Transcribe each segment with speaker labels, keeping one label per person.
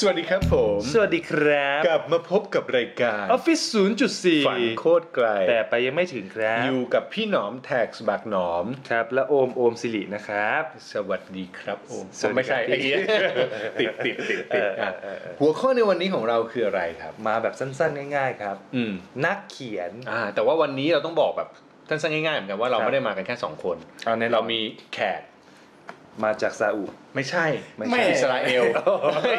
Speaker 1: สวัสดีครับผม
Speaker 2: สวัสดีครับ
Speaker 1: กลับมาพบกับรายการ
Speaker 2: ออฟฟิศ0.4
Speaker 1: ฝันโคตรไกล
Speaker 2: แต่ไปยังไม่ถึงครับ
Speaker 1: อยู่กับพี่หนอมแท็กสบักหนอม
Speaker 2: ครับ และโอม โอมสิรินะครับ
Speaker 1: สวัสดีครับโอม
Speaker 2: สวัสดีครับ
Speaker 1: ไม่ใช่
Speaker 2: พี่
Speaker 1: ไอ้เหี้ยติดติดติดติด
Speaker 2: เออเออ
Speaker 1: อ่ะ
Speaker 2: เออเออ
Speaker 1: หัวข้อในวันนี้ของเราคืออะไรครับ
Speaker 2: มาแบบสั้นๆ ง่าย ๆ ครับ
Speaker 1: อืม
Speaker 2: นักเขียน
Speaker 1: อ่าแต่ว่าวันนี้เราต้องบอกแบบท่านสั้นง่ายๆเหมือนกันว่าเรา
Speaker 2: ครับ
Speaker 1: ไม่ได้มากันแค่สองคน
Speaker 2: เอาใน
Speaker 1: เรา
Speaker 2: เรา
Speaker 1: มีแขก
Speaker 2: มาจากซาอุ
Speaker 1: ไม่ใช่
Speaker 2: ไม่ใช่
Speaker 1: อิสราเอล
Speaker 2: โอ้ย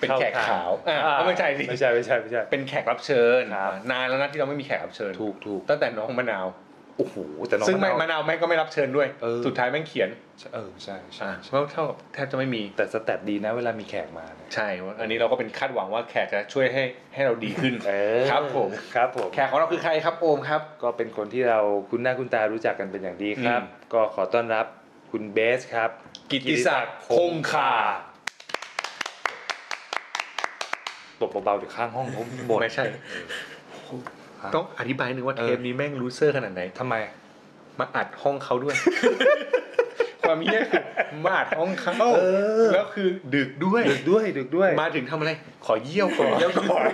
Speaker 1: เป็นแขกขาว
Speaker 2: อ่
Speaker 1: อ่าไม่ใช่สิ
Speaker 2: ไม่ใช่ไม่ใช่ไม่ใช่
Speaker 1: เป็นแขกรับเชิญ
Speaker 2: ครับ
Speaker 1: นานแล้วนะที่เราไม่มีแขกรับเชิญ
Speaker 2: ถูกถูก
Speaker 1: ตั้งแต่น้องมะนาว
Speaker 2: โอ้โห แต่น้อง
Speaker 1: ซึ่ง
Speaker 2: มะนาว
Speaker 1: มะนาวแม่งก็ไม่รับเชิญด้วย
Speaker 2: เออ
Speaker 1: สุดท้ายแม่งเขียน
Speaker 2: เออใช่ใช่
Speaker 1: อ่า
Speaker 2: ใช่
Speaker 1: เพราะเท่ากับแทบจะไม่มี
Speaker 2: แต่สแตทดีนะเวลามีแขกมาเนี่ย
Speaker 1: ใช่ อันนี้เราก็เป็นคาดหวังว่าแขกจะช่วยให้ให้เราดี ขึ้น
Speaker 2: เออ
Speaker 1: ครับผม
Speaker 2: ครับผม
Speaker 1: แขกของเราคือใครครับโอมครับ
Speaker 2: ก็เป็นคนที่เราคุ้นหน้าคุ้นตารู้จักกันเป็นอย่างดีครับ
Speaker 1: อืม
Speaker 2: ก็ขอต้อนรับคุณเบสครับ
Speaker 1: กิติศักดิ์คงคา
Speaker 2: ตบเบาๆเดี๋ยวข้างห้อง ผมบ่น
Speaker 1: ไม่ใช่
Speaker 2: ฮะ
Speaker 1: ต้องอธิบายหนึ่งว่า
Speaker 2: เอ
Speaker 1: เท
Speaker 2: อ
Speaker 1: ปนี้แม่งรู้เซอร์ขนาดไหน
Speaker 2: ทำไม
Speaker 1: มาอัดห้องเขาด้วย ความเหี้ยคือมาอัดห้องเขา
Speaker 2: เออ
Speaker 1: แล้วคือดึกด้วย
Speaker 2: ดึกด้วยดึกด้วย
Speaker 1: มาถึงทำอะไร ขอเยี่ยวก่อนเยี่ยวก่อน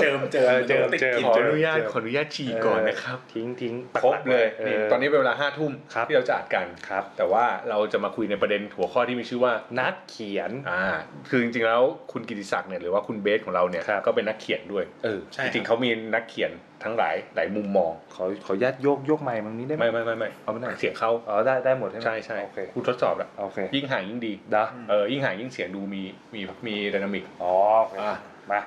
Speaker 1: เจิมเจิม
Speaker 2: เจิมเจิม
Speaker 1: ขออนุญาตขออนุญาตฉี่ก่อนนะครับ
Speaker 2: ทิ้งทิ้ง
Speaker 1: ครบเลย
Speaker 2: อ
Speaker 1: นี่
Speaker 2: อ
Speaker 1: ตอนนี้เป็นเวลาห้าทุ่ม
Speaker 2: ครับ
Speaker 1: ที่เราจะอัดกัน
Speaker 2: ครับ
Speaker 1: แต่ว่าเราจะมาคุยในประเด็นหัวข้อที่มีชื่อว่า
Speaker 2: นักเขียน
Speaker 1: อ่าคือจริงๆแล้วคุณกิติศักดิ์เนี่ยหรือว่าคุณเบสของเราเนี่ย
Speaker 2: ครับ
Speaker 1: ก็เป็นนักเขียนด้วย
Speaker 2: เออ
Speaker 1: จริงๆเขามีนักเขียนทั้งหลายหลายมุมมอง
Speaker 2: ขอขอญาตโยกโยกใหม่มึงนี้ได้ไหม
Speaker 1: ไม่ไม่ไม่ไม่
Speaker 2: เอาไม่ได้
Speaker 1: เสียงเขา
Speaker 2: อ๋อได้ได้หมดใช่ไหม
Speaker 1: ใช่ใช่
Speaker 2: โอเค
Speaker 1: คุณทดสอบแล้ว
Speaker 2: โอเค
Speaker 1: ยิ่งห่างยิ่งดี
Speaker 2: นะ
Speaker 1: เออยิ่งห่างยิ่งเสียงดูมีมีมีไดนามิก
Speaker 2: อ๋อโอเค
Speaker 1: อ่ะ
Speaker 2: มา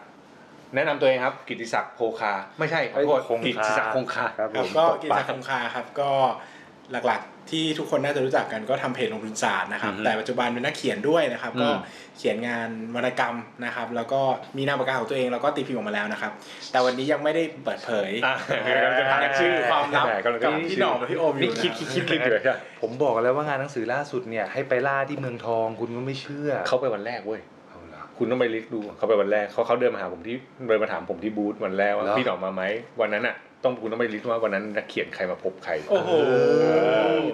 Speaker 1: แนะนำตัวเองครับ กิติศักดิ์โพคา ไม่ใช่ขอโทษ
Speaker 2: เอ้ยคง
Speaker 1: กิ
Speaker 2: คา
Speaker 1: ติศักดิ์คงคา
Speaker 2: ครับผ
Speaker 3: ครับ
Speaker 2: ม
Speaker 3: ก็
Speaker 1: ตกปลา
Speaker 3: กิจการคงคาครับก็หลักๆที่ทุกคนน่าจะรู้จักกันก็ทำเพจลงทุนศาสตร์นะครับ
Speaker 1: อือฮึ
Speaker 3: แต่ปัจจุบันเป็นนักเขียนด้วยนะครับ
Speaker 1: อืม
Speaker 3: ก็เขียนงานวรรณกรรมนะครับ แล้วก็มีนามปากกาของตัวเองแล้วก็ตีพิมพ์ออกมาแล้วนะครับ แต่วันนี้ยังไม่ได้เปิดเผย
Speaker 1: อ่ะเดี๋ยวเราจะทำกั
Speaker 3: ยัง
Speaker 1: น
Speaker 3: ชื่
Speaker 1: ชื่อ
Speaker 3: อค
Speaker 1: คาว
Speaker 3: วาม ม
Speaker 1: ลั
Speaker 3: ลั
Speaker 1: บ
Speaker 3: บกับพี่หน่องกับพี่โอมอยู่
Speaker 1: นี่
Speaker 3: นะ
Speaker 1: คิดคิดคิดคิดอยู่ใช่
Speaker 2: ผมบอกแล้วว่างานหนังสือล่าสุดเนี่ยให้ไปล่าที่เมืองทองคุณก็ไม่เชื่อ
Speaker 1: เขาไปวันแรกเว้ย
Speaker 2: เอาละ
Speaker 1: คุณต้องไปลิสต์ดูเขาไปวันแรกเขาเขาเดินมาหาผมที่เดินมาถามผมที่บูธวันแรกว่า
Speaker 2: เหรอ
Speaker 1: พี่หนอมมาไหมวันนั้นอ่ะต้องคุณต้องไปลิสต์ว่าวันนั้นนักเขียนใครมาพบใคร
Speaker 3: โอ้โห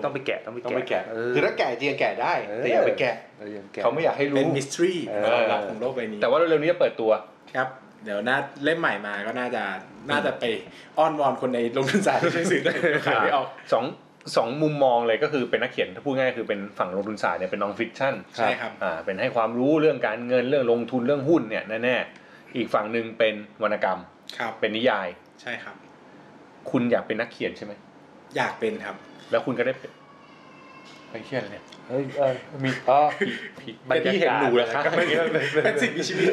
Speaker 2: ต้องไปแกะต้องไปแกะเ
Speaker 1: คือถ้าแกะจริงๆแกะได้ แต่อย่าไปแกะ
Speaker 2: เอออย่าไปแกะ
Speaker 1: เขาไม่อยากให้รู้
Speaker 3: เป็นมิสทรี
Speaker 2: เออ
Speaker 3: ความลับของโลกใบนี้
Speaker 1: แต่ว่าเร็วๆนี้จะเปิดตัว
Speaker 3: ครับเดี๋ยวน่าเล่มใหม่มาก็น่าจะน่าจะไปอ้อนวอนคนในลงทุน ศาสตร์ให้ช่วยซื้อด้วยขายไม่ออก
Speaker 1: สองสองมุมมองเลยก็คือเป็นนักเขียนถ้าพูดง่ายคือเป็นฝั่งลงทุนศาสตร์เนี่ยเป็นนองฟิกชั่น
Speaker 3: ใช่ครับ
Speaker 1: อ่าเป็นให้ความรู้เรื่องการเงินเรื่องลงทุนเรื่องหุ้นเนี่ยแน่ๆอีกฝั่งหนึ่งเป็นวรรณกรรม
Speaker 3: ครับ
Speaker 1: เป็นนิยาย
Speaker 3: ใช่ครับ
Speaker 1: คุณอยากเป็นนักเขียนใช่ไหม
Speaker 3: อยากเป็นครับ
Speaker 1: แล้วคุณก็ได้เป็นไปเขียนอะไรเนี่ย
Speaker 2: เฮ้ยเออมีอ๋อ
Speaker 1: บรรยากาศพี่เห็นหนูเหรอคะ
Speaker 2: ไม่เห็น
Speaker 3: เป็นสิ่งมีชีวิต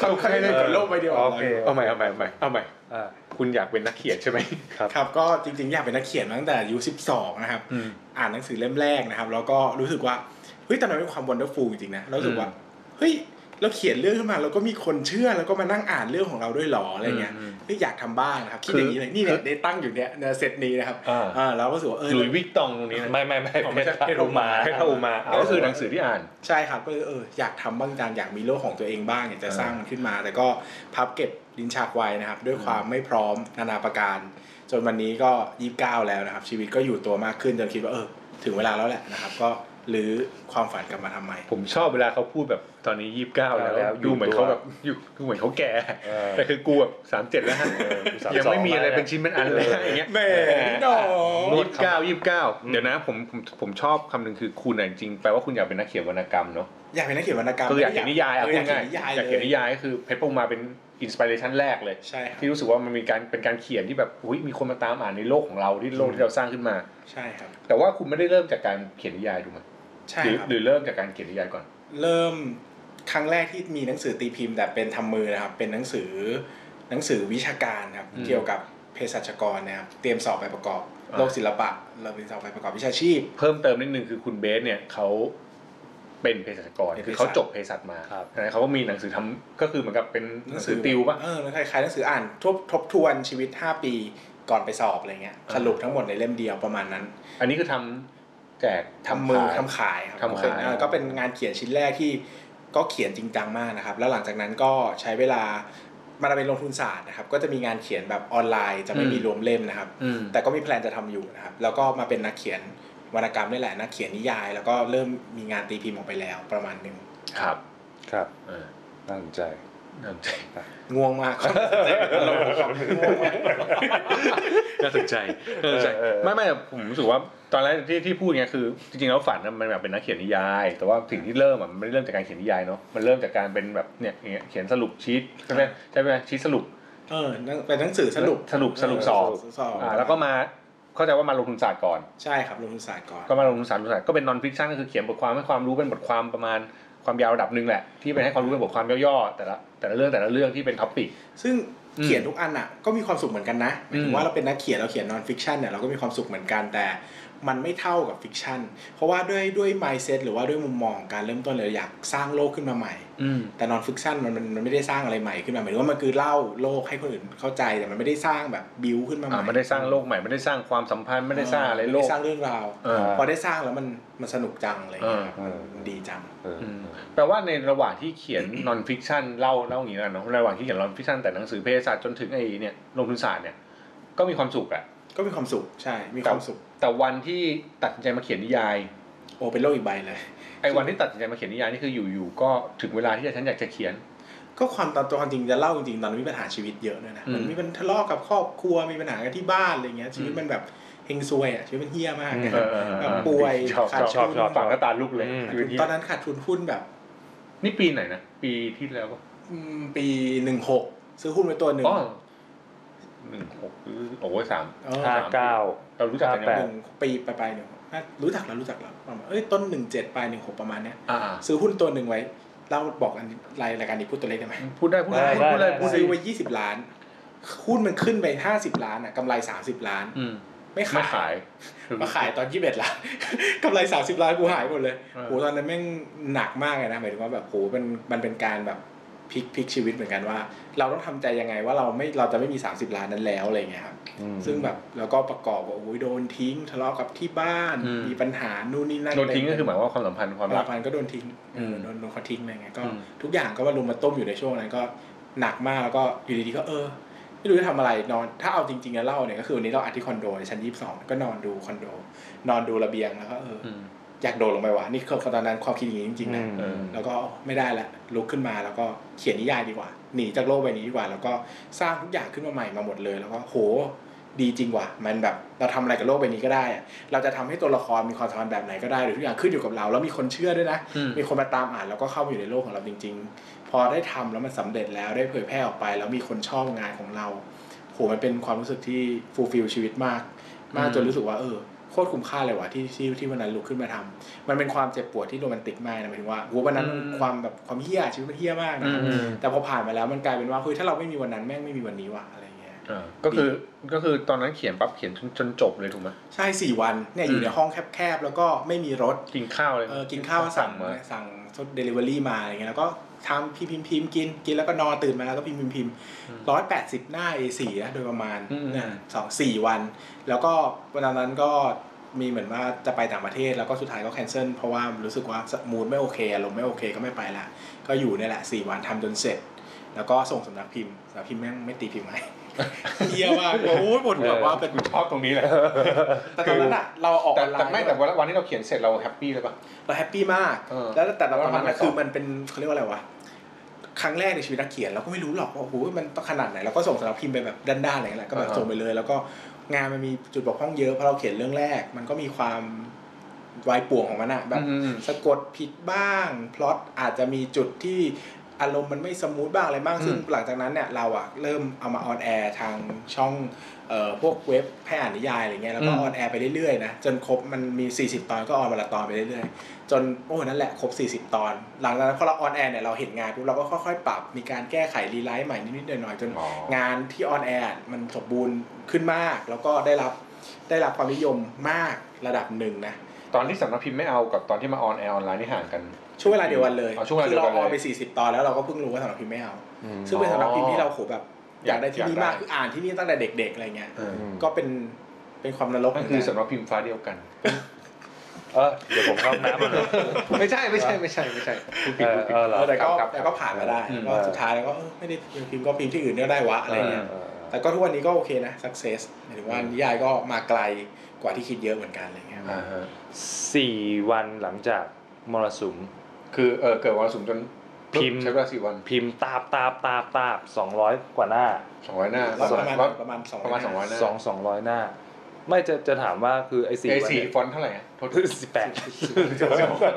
Speaker 3: เขาเคยเล่นกับโลกใบเดียว
Speaker 2: โอเค
Speaker 1: เอาใหม่เอาใหม่เอาใหม่เอาใหม่
Speaker 2: อ่า
Speaker 1: คุณอยากเป็นนักเขียนใช่ไหม
Speaker 3: ครับก็จริงๆ อยากเป็นนักเขียนมาตั้งแต่อายุ12 นะครับ
Speaker 1: อืม
Speaker 3: อ่านหนังสือเล่มแรกนะครับ แล้วก็รู้สึกว่าเฮ้ยตอนนั้นเป็นความวันเดอร์ฟูลจริงๆนะแล้วรู้สึกว่า
Speaker 1: อืม
Speaker 3: เฮ้ยเราเขียนเรื่องขึ้นมาแล้วก็มีคนเชื่อแล้วก็มานั่งอ่านเรื่องของเราด้วยหรออะไรเงี้ย
Speaker 1: อืม
Speaker 3: เฮ้ยอยากทำบ้างนะครับคิด
Speaker 1: คือ
Speaker 3: อ
Speaker 1: อย่าง
Speaker 3: นี้เลยนี่เนี่
Speaker 1: คื
Speaker 3: ย
Speaker 1: อ
Speaker 3: ได้ตั้งอยู่เนี่ยเนี่ยเซตนี้นะครับ
Speaker 1: อ่า
Speaker 3: อ่าเราก็รู้สึกว่าเออ
Speaker 1: หลุยส์วิกตองตรงนี้นะ
Speaker 2: ไม่ไม่ไม่
Speaker 3: อ๋อไม่ใช่
Speaker 2: เพ
Speaker 3: เพ
Speaker 2: ช
Speaker 3: ช
Speaker 2: ร
Speaker 3: ร
Speaker 2: โอ
Speaker 3: โอ
Speaker 2: มา
Speaker 3: มา
Speaker 1: เพชรพระอุมาก็คือหนังสือที่อ่าน
Speaker 3: ใช่ครับก็เลยเอออยากทำบ้างจังอยากมีโลกของตัวเองบ้างอยากจะสร้างมันขึ้นมา แต่ก็พับเก็บลิ้นชักไว้นะครับ ด้วยความไม่พร้อมนานาประการ จนวันนี้ก็ยี่สิบเก้าแล้วนะครับ ชีวิตก็อยู่ตัวมากขึ้นจนคิดว่าเออ ถึงเวลาแล้วแหละนะครับ ก็หรือความฝันกลับมาทำไม
Speaker 1: ผมชอบเวลาเขาพูดแบบตอนนี้ยี่สิบเก้าแล้ว ดูเหมือนเขาแบบอยู่ดูเหมือนเขาแก่ แต่คือกูแบบสามเจ็ดแล้วฮะยังไม่มีอะไรเป็นชิ้นเป็นอันเลยอย่างเงี้ย
Speaker 3: แหม่ดอก
Speaker 1: ยี่สิบเก้ายี่สิบเก้าเดี๋ยวนะผมผมผมชอบคำหนึ่งคือคุณอะจริงๆแปลว่าคุณอยากเป็นนักเขียนวรรณกรรมเนาะ
Speaker 3: อยากเป็นนักเขียนวรรณกรรม
Speaker 1: ก็คืออยากเขียนนิยาย
Speaker 3: เอ
Speaker 1: อ่ะ
Speaker 3: อ
Speaker 1: พู
Speaker 3: อ
Speaker 1: ด
Speaker 3: ยากเขี
Speaker 1: ง่าย
Speaker 3: ยนนิยาย
Speaker 1: ๆอยากเขียนนิยายก็คือเพชรพงมาเป็นอินสปิเรชันแรกเลย
Speaker 3: ใช่ครับ
Speaker 1: ที่รู้สึกว่ามันมีการเป็นการเขียนที่แบบอุยมีคนมาตามอ่านในโลกของเราที่โลกที่เราสร้างขึ้นมา
Speaker 3: ใช่ครับ
Speaker 1: แต่ว่าคุณไม่ได้เริ่มจากการเขียนนิยายถูกไหม
Speaker 3: ใช่
Speaker 1: หรือ
Speaker 3: ครับ
Speaker 1: หรือเริ่มจากการเขียนนิยายก่อน
Speaker 3: เริ่มครั้งแรกที่มีหนังสือตีพิมพ์แต่เป็นทำมือนะครับ เป็นหนังสือหนังสือวิชาการครับ
Speaker 1: อืม
Speaker 3: เกี่ยวกับเภสัชกรนะครับเตรียมสอบใบประกอบ
Speaker 1: อ่า
Speaker 3: โลกศิลปะเราเป็นสอบใบประกอบวิชาชีพ
Speaker 1: เพิ่มเติมนิดนึงคือคุณเบสเนี่ยเขา เป็นเภสัชกร
Speaker 3: เป็นเภสั
Speaker 1: คือ
Speaker 3: ช
Speaker 1: เขาจบเภสัชมา
Speaker 2: ครับ
Speaker 1: ดังนั้นเขาก็มีหนังสือทำก็คือเหมือนกับเป็นหนังสือติวป่ะ
Speaker 3: เออมันคล้ายๆหนังสืออ่านทบทบทวนชีวิต 5 ปีก่อนไปสอบอะไรเงี้ย
Speaker 1: อ่า
Speaker 3: สรุปทั้งหมดในเล่มเดียวประมาณนั้น
Speaker 1: อันนี้คือทำแจก
Speaker 3: ทำมือทำขายครับ
Speaker 1: ทำขาย
Speaker 3: เออก็เป็นงานเขียนชิ้นแรกที่ก็เขียนจริงจังมากนะครับ แล้วหลังจากนั้นก็ใช้เวลามันเป็นลงทุนศาสตร์นะครับ ก็จะมีงานเขียนแบบออนไลน์จะไม่มีรวมเล่มนะครับ
Speaker 1: อืม
Speaker 3: แต่ก็มีแพลนจะทำอยู่นะครับ แล้วก็มาเป็นนักเขียนวรรณกรรมนี่แหละ นักเขียนนิยาย แล้วก็เริ่มมีงานตีพิมพ์ออกไปแล้วประมาณหนึ่ง
Speaker 1: ครับ
Speaker 2: ครับ
Speaker 1: เออ
Speaker 2: น่าสนใจ
Speaker 1: น่าสนใจ
Speaker 3: ง่วงมาก
Speaker 1: น่าสนใจน่าสนใจ
Speaker 2: เออเออ
Speaker 1: ไม่ไม่แต่ผมรู้สึกว่าตอนแรกที่ที่พูดเนี่ยคือ จริงๆแล้วฝันน่ะมันแบบเป็นนักเขียนนิยาย แต่ว่าสิ่งที่เริ่มอ่ะมันไม่ได้เริ่มจากการเขียนนิยายเนาะมันเริ่มจากการเป็นแบบเนี่ยอย่างเงี้ยเขียนสรุปชีตใช่ไหมใช่ไหมชีตสรุป
Speaker 3: เออเป็นหนังสือสรุป
Speaker 1: สรุปสรุปสอบ
Speaker 3: สอบ
Speaker 1: อ่าแล้วก็มาเข้าใจว่ามาลงทุนศาสตร์ก่อน
Speaker 3: ใช่ครับลงทุนศาสตร์ก่อน
Speaker 1: ก็มาลงทุนศาสตร์ลงทุนศาสตร์ก็เป็นนอนฟิกชันก็คือเขียนบทความให้ความรู้เป็นบทความประมาณความยาวระดับหนึ่งแหละ ที่เป็นให้ความรู้เป็นบทความย่อๆแต่ละแต่ละเรื่องแต่ละเรื่องที่เป็นท็อปปิก
Speaker 3: ซึ่ง
Speaker 1: อืม
Speaker 3: เขียนทุกอันอ่ะก็มีความสุขเหมือนกันนะหมายถึ
Speaker 1: อื
Speaker 3: ง
Speaker 1: ม
Speaker 3: ว่าเราเป็นนักเขียนเราเขียนนอนฟิกชันเนี่ยเราก็มีความสุขเหมือนกันแต่มันไม่เท่ากับฟิกชันเพราะว่าด้วยด้วย mindset หรือว่าด้วยมุมมองการเริ่มต้นเลยอยากสร้างโลกขึ้นมาใหม่ แต่นอนฟิกชันมันมันมันไม่ได้สร้างอะไรใหม่ขึ้นมาหมายถึงว่ามันคือเล่าโลกให้คนอื่นเข้าใจแต่มันไม่ได้สร้างแบบบิวขึ้นมาใหม่
Speaker 1: ่าไม่ได้สร้างโลกใหม่ไม่ได้สร้างความสัมพันธ์ไม่ได้สร้างอะไรโล
Speaker 3: ม่
Speaker 1: ก
Speaker 3: ด้สร้างเรื่องราว
Speaker 1: เออ
Speaker 3: พอได้สร้างแล้วมันมันสนุกจังเลยนะครับ
Speaker 2: เออ
Speaker 3: มันดีจัง
Speaker 2: เอออ
Speaker 1: อืม แปลว่าในระหว่างที่เขียน นอนฟิกชันเล่าเล่าอย่างนี้แล้วกันเนาะระหว่างที่เขียนนอนฟิกชันแต่หนังสือเภสัชจนถึงไอ้เนี่ยลงทุนศาสตร์เนี่ยก็มีความสุขอะ
Speaker 3: ก็มีความสุขใช่มีความสุข
Speaker 1: แต่วันที่ตัดสินใจมาเขียนนิยาย
Speaker 3: โอเป็นโลกอีกใบเลย
Speaker 1: ไอ้วันที่ตัดสินใจมาเขียนนิยายนี่คืออยู่ๆก็ถึงเวลาที่ฉันอยากจะเขียน
Speaker 3: ก็ความตอนตัวความจริงจะเล่าจริงๆตอนนั้นมีปัญหาชีวิตเยอะด้วยนะ
Speaker 1: อืม
Speaker 3: มันมีปัญหาทะเลาะกับครอบครัวมีปัญหากันที่บ้านอะไรเงี้ยชีวิต
Speaker 1: อืม
Speaker 3: มันแบบเฮงซวยอ่ะชีวิตมันเฮี้ยมาก
Speaker 2: อืม
Speaker 1: เออเออเออ
Speaker 3: แบบป่วย
Speaker 2: ชอบ
Speaker 3: ขาด
Speaker 2: ชอบ
Speaker 3: ทุน
Speaker 2: ชอบ
Speaker 1: ฝั่งก็ตาลุกเลย
Speaker 2: อืม
Speaker 1: ชีวิตเหี้ย
Speaker 3: ตอนนั้นขาดทุนหุ้นแบบ
Speaker 1: นี่ปีไหนนะ ปีที่แล้วปะ
Speaker 3: อืมปีหนึ่งหกซื้อหุ้นไว้ตัวหนึ่ง
Speaker 1: อ๋อหนึ่งหกหรือโอ้ยสาม
Speaker 3: เออ
Speaker 2: ห้าเก้า
Speaker 1: เรารู้จักกันยัง
Speaker 3: ห
Speaker 1: ไง
Speaker 3: นึ่งปีไปไปหนึ่งน่ารู้จักแล้วรู้จักแล้วประมาณเอ้ยต้นหนึ่งเจ็ดปลายหนึ่งหกประมาณเนี้ย
Speaker 1: อ่า
Speaker 3: ซื้อหุ้นตัวหนึ่งไว้เล่าบอกอันรายรายการนี้พูดตัวเลขได้ไหม
Speaker 1: พูดได้พูดได้
Speaker 2: ได้
Speaker 1: พูดได้
Speaker 2: ได้
Speaker 1: พูด
Speaker 3: ซื้อ
Speaker 1: ได้
Speaker 3: ไว้ยี่สิบล้านหุ้นมันขึ้นไปห้าสิบล้านอ่ะกำไรสามสิบล้าน
Speaker 1: อืม
Speaker 3: ไม่
Speaker 1: ไม่
Speaker 3: ขาย
Speaker 1: ขาย
Speaker 3: มาขายตอนยี่สิบเอ็ดล้าน กำไรสามสิบล้านกูหายหมดเลย
Speaker 1: เออ
Speaker 3: โหตอนนั้นแม่งหนักมากเลยนะหมายถึงว่าแบบโหมันมันเป็นการแบบพลิกพลิกชีวิตเหมือนกันว่า เราต้องทำใจยังไงว่าเราไม่เราจะไม่มี 30 ล้านนั้นแล้วอะไรเงี้ยครับ
Speaker 2: อืม
Speaker 3: ซึ่งแบบแล้วก็ประกอบกับโอ้ยโดนทิ้งทะเลาะกับที่บ้าน
Speaker 1: อืม
Speaker 3: มีปัญหานู่นนี่นั่น
Speaker 1: โดนทิ้งก็คือหมายว่าความสัมพันธ์ความ
Speaker 3: ห
Speaker 1: รั
Speaker 3: ลั
Speaker 1: ก
Speaker 3: กพันก็โดนทิ้งเออ
Speaker 1: ม
Speaker 3: โดนโดนเขาทิ้งอะไรเงี้ยก็
Speaker 1: อืม
Speaker 3: ทุกอย่างก็มารุมมาต้มอยู่ในช่วงนั้นก็หนักมากแล้วก็อยู่ดีๆก็เออไม่รู้จะทำอะไรนอนถ้าเอาจริงๆแล้วเล่าเนี่ยก็คือวันนี้เราอัดที่คอนโดในชั้นยี่สิบสองก็นอนดูคอนโด นอนดูระเบียงแล้วก็เออ
Speaker 1: อืม
Speaker 3: อยากโดดลงไปวะนี่คือตอนนั้นความคิดอย่างนี้จริงๆนะ
Speaker 1: เออ
Speaker 3: แล้วก็ไม่ได้ละลุกขึ้นมาแล้วก็เขียนนิยายดีกว่าหนีจากโลกใบนี้ดีกว่า แล้วก็สร้างทุกอย่างขึ้นมาใหม่มาหมดเลย แล้วก็โหดีจริงว่ะมันแบบเราทำอะไรกับโลกใบนี้ก็ได้อะเราจะทำให้ตัวละครมีความสัมพันธ์แบบไหนก็ได้หรือทุกอย่างขึ้นอยู่กับเรา แล้วมีคนเชื่อด้วยนะ
Speaker 1: อืม
Speaker 3: มีคนมาตามอ่านแล้วก็เข้ามาอยู่ในโลกของเราจริง ๆ พอได้ทำแล้วมันสำเร็จแล้วได้เผยแพร่ออกไป แล้วมีคนชอบงานของเราโหมันเป็นความรู้สึกที่ฟูลฟิลชีวิตมาก มากจนรู้สึกว่าเออโคตรคุ้มค่าเลยว่ะที่ที่ที่วันนั้นลุกขึ้นมาทำมันเป็นความเจ็บปวดที่โรแมนติกมากนะหมายถึงว่าโหวันนั้น
Speaker 1: อืม
Speaker 3: ความแบบความเฮี้ยชีวิตมันเฮี้ยมาก
Speaker 1: อื
Speaker 3: นะ
Speaker 1: มอืม
Speaker 3: แต่พอผ่านมาแล้วมันกลายเป็นว่าเฮ้ยถ้าเราไม่มีวันนั้นแม่งไม่มีวันนี้ว่ะอะไรเงี้ย
Speaker 1: อ่าก็คือก็คือตอนนั้นเขียนปั๊บเขียนจนจนจบเลยถูกไหม
Speaker 3: ใช่สี่วันเนี่ยอยู่
Speaker 1: อืม
Speaker 3: ในห้องแคบๆแล้วก็ไม่มีรถ
Speaker 1: กินข้าวเลย
Speaker 3: เออกินข้าวก็สั่ง
Speaker 1: มา
Speaker 3: สั่งเดลิเวอรี่มาอะไรเงี้ยแล้วก็ทำพิมพ์พิมพ์พิมพ์กินกินแล้วก็นอนตื่นมาแล้วก็พิมพ์พิมพ์พิมพ์
Speaker 1: อืม
Speaker 3: ร้อยแปดสิบหน้า A4 นะโดยประมาณ
Speaker 1: อืม
Speaker 3: นะสองสี่วัน แล้วก็วันนั้นก็มีเหมือนว่าจะไปต่างประเทศแล้วก็สุดท้ายก็แคนเซิลเพราะว่ารู้สึกว่ามูดไม่โอเคอารมณ์ไม่โอเคก็ไม่ไปละก็อยู่เนี่ยแหละสี่วันทำจนเสร็จ แล้วก็ส่งสำนักพิมพ์สำนักพิมพ์แม่งไม่ตีพิมพ์ ให้ เยี่ยมากโอ้ยปวดหัวว่าเป็น
Speaker 1: ชอบตรงนี้แหละ
Speaker 3: แต่ตอนนั้นอะเราออก
Speaker 1: แต่
Speaker 3: ออน
Speaker 1: แต่
Speaker 3: ไลน์
Speaker 1: ไม่แต่วันวันที่เราเขียนเสร็จเราแฮปปี้เลยป่ะ
Speaker 3: เราแฮปปี้มาก
Speaker 1: เออ
Speaker 3: แล้วแต่เราตอนนั้น
Speaker 1: แล้วทำ
Speaker 3: น่ะ
Speaker 1: ไงต่อ
Speaker 3: คือมันเป็นเขาเรียกว่าอะไรวะ ครั้งแรกในชีวิตนักเขียนเราก็ไม่รู้หรอกว่าโอ้โหมันต้องขนาดไหนเราก็ส่งสำนักพิมพ์ไปแบบด้านๆอะไรเงี้ยแหละก็แบบ
Speaker 1: อ่าฮะ
Speaker 3: ส่งไปเลย แล้วก็งานมันมีจุดบกพร่องเยอะเพราะเราเขียนเรื่องแรก มันก็มีความวายป่วงของมันอะแบบ
Speaker 1: อืม
Speaker 3: สะกดผิดบ้าง พล็อตอาจจะมีจุดที่อารมณ์มันไม่สมูทบ้างอะไรบ้าง
Speaker 1: อืม
Speaker 3: ซึ่งหลังจากนั้นเนี่ยเราอะเริ่มเอามาออนแอร์ทางช่องเอ่อพวกเว็บให้อ่านนิยายอะไรเงี้ยแล้วก็
Speaker 1: อืม
Speaker 3: ออนแอร์ไปเรื่อยๆนะจนครบมันมี 40 ตอนก็ออนวันละตอนไปเรื่อยๆ จนโอ้นั่นแหละครบ 40 ตอน หลังจากนั้นพอเราออนแอร์เนี่ยเราเห็นงานปุ๊บเราก็ค่อยๆ ปรับมีการแก้ไขรีไลท์ใหม่นิดๆหน่อยๆจน
Speaker 1: อ๋อ
Speaker 3: งานที่ออนแอร์มันสมบูรณ์ขึ้นมาก แล้วก็ได้รับได้รับความนิยมมากระดับหนึ่งนะ
Speaker 1: ตอนที่สำนักพิมพ์ไม่เอากับตอนที่มาออนแอร์ออนไลน์นี่ห่างกัน
Speaker 3: ช่วงเวลาเดียวกันเลย
Speaker 1: อ๋อช่วงเวลา
Speaker 3: คื
Speaker 1: เดียว
Speaker 3: เรา
Speaker 1: กัน
Speaker 3: ออน
Speaker 1: เล
Speaker 3: ไป
Speaker 1: ย
Speaker 3: 40 ตอนแล้วเราก็เพิ่งรู้ว่าสำนักพิมพ์ไม่เอา
Speaker 2: อืม
Speaker 3: ซึ่งเป็นสำนักพิมพ์ที่เราโหแบบอยากได้ที่นี่มา
Speaker 1: อยาก
Speaker 3: ก
Speaker 1: ได้
Speaker 3: คืออ่านที่นี่ตั้งแต่เด็ก ๆอะไรเงี้ย
Speaker 1: เออ
Speaker 3: ก็เป็นเป็นความนรก
Speaker 1: มันคือสำนักพิมพ์ฟ้าเดียวกัน
Speaker 2: เออเดี๋ยวผมเข้าห้องน้ำก่อนนะ
Speaker 1: ไม่ใช่ไม่ใช่ไม่ใช่ไม่ใช่คุณปิด
Speaker 2: เอ
Speaker 1: คุณปิ
Speaker 2: อ
Speaker 1: ด
Speaker 2: เออเหร
Speaker 3: เอ
Speaker 2: อ
Speaker 3: อแต่ก็
Speaker 2: ครับครับ
Speaker 3: แต่ก็ผ่านมาได้
Speaker 1: อืม
Speaker 3: ก็สุดท้ายแล้วก็เออไม่ได้พิมพ์ก็พิมพ์ที่อื่นก็ได้วะอะไรเงี้ย
Speaker 2: เออเอ
Speaker 3: แต่ก็ทุกวันนี้ก็โอเคนะ success หมายถึงว่านิยายก็มาไกลกว่าที่คิดเยอะเหมือนกันอะไรเงี้ย
Speaker 1: าฮะ
Speaker 2: อสี่วันหลังจากมรสุม
Speaker 1: คือเออเกิดวันศุกร์จน
Speaker 2: พิมพ์
Speaker 1: ใช้เวลาสี่วัน
Speaker 2: พิมพ์ตาบตาบตาบตาบสองร้อยกว่าหน้า
Speaker 1: สองร้อยหน้า
Speaker 3: ประมาณ
Speaker 1: ร้อย
Speaker 3: ประมาณ200
Speaker 1: ประมาณสองร้อยหน้า
Speaker 2: สองสองร้อยหน้า ไม่จะจะถามว่าคือไอ้สี่
Speaker 1: ไอ
Speaker 2: วัน
Speaker 1: สี่
Speaker 2: เนี่ย
Speaker 1: ฟอนต์เท่าไหร่อะโทษที
Speaker 2: สิบแปด
Speaker 3: เ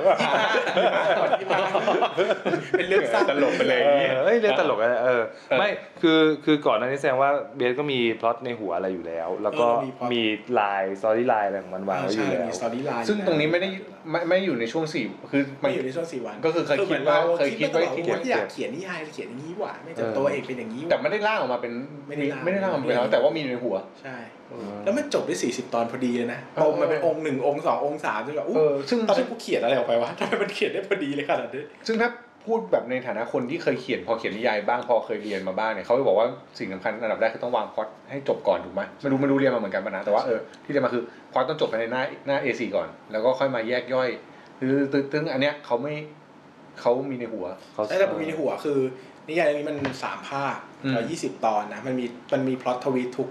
Speaker 3: ป็นเรื่องสั้น
Speaker 1: ตลกไปเลย
Speaker 2: เออเอ้ยเรื่องตลกอะเออ
Speaker 1: เออ
Speaker 2: ไม่คือคือก่อนหน้านี้แสดงว่าเบสก็มีพล็อตในหัวอะไรอยู่แล้ว แล้วก็
Speaker 3: เออมีพล็อต
Speaker 2: มีลายสตอรี่ลายอะไรของมันวางไว้อยู่แล้ว
Speaker 3: สตอรี่ไลน์
Speaker 1: ซึ่งตรงนี้ไม่ได้ไม่ไม่อยู่ในช่วงสี่คือมั
Speaker 3: ไม่
Speaker 1: น
Speaker 3: อยู่ในช่วงสี่วัน
Speaker 1: ก็คือเคยคิดว่าเคยคิดไว้
Speaker 3: ที่าอยากเขียนนิยายเขียนอย่างนี้หว่าไม่แต่
Speaker 2: เออ
Speaker 3: ตัวเองเป็นอย่างนี้
Speaker 1: แต่
Speaker 3: ว่ะ
Speaker 1: ไม่ได้ล่างออกมาเป็น
Speaker 3: ไม่ได้ล่าง
Speaker 1: ไม่ได้ล่างออกมาเป็นแล้วแต่ว่ามีอยู่ในหัว
Speaker 3: ใช่
Speaker 2: อืม
Speaker 3: แล้วมันจบด้วยสี่สิบตอนพอดีเลยนะ
Speaker 1: เออ
Speaker 3: ปมมันเป็นองค์หนึ่งองค์สององค์สามจนแบบอู้
Speaker 1: เออซึ่ง
Speaker 3: ตอน
Speaker 1: ซึ่
Speaker 3: นี้
Speaker 1: ง
Speaker 3: กูเขียนอะไรออกไปวะทำไมมันเขียนได้พอดีเลยขนาดนี้
Speaker 1: ซึ่งถ้าพูดแบบในฐานะคนที่เคยเขียนพอเขียนนิยายบ้างพอเคยเรียนมาบ้างเนี่ยเขาจะบอกว่าสิ่งสำคัญอันดับแรกคือต้องวางพล็อตให้จบก่อนถูกไหมไม่รู้ไม่รู้เรียนมาเหมือนกันปะนะแต่ว่าเออที่เรียนมาคือพล็อตต้องจบภายในหน้าหน้า A4 ก่อน แล้วก็ค่อยมาแยกย่อยคือตึ้งอันเนี้ยเขาไม่เขามีในหัว
Speaker 2: เขา
Speaker 3: แต่ผมมีในหัวคือนิยายเรื่องนี้มันสามภาค
Speaker 1: อืม
Speaker 3: แล้วยี่สิบตอนนะมันมีมันมีพล็อตทวีตทุก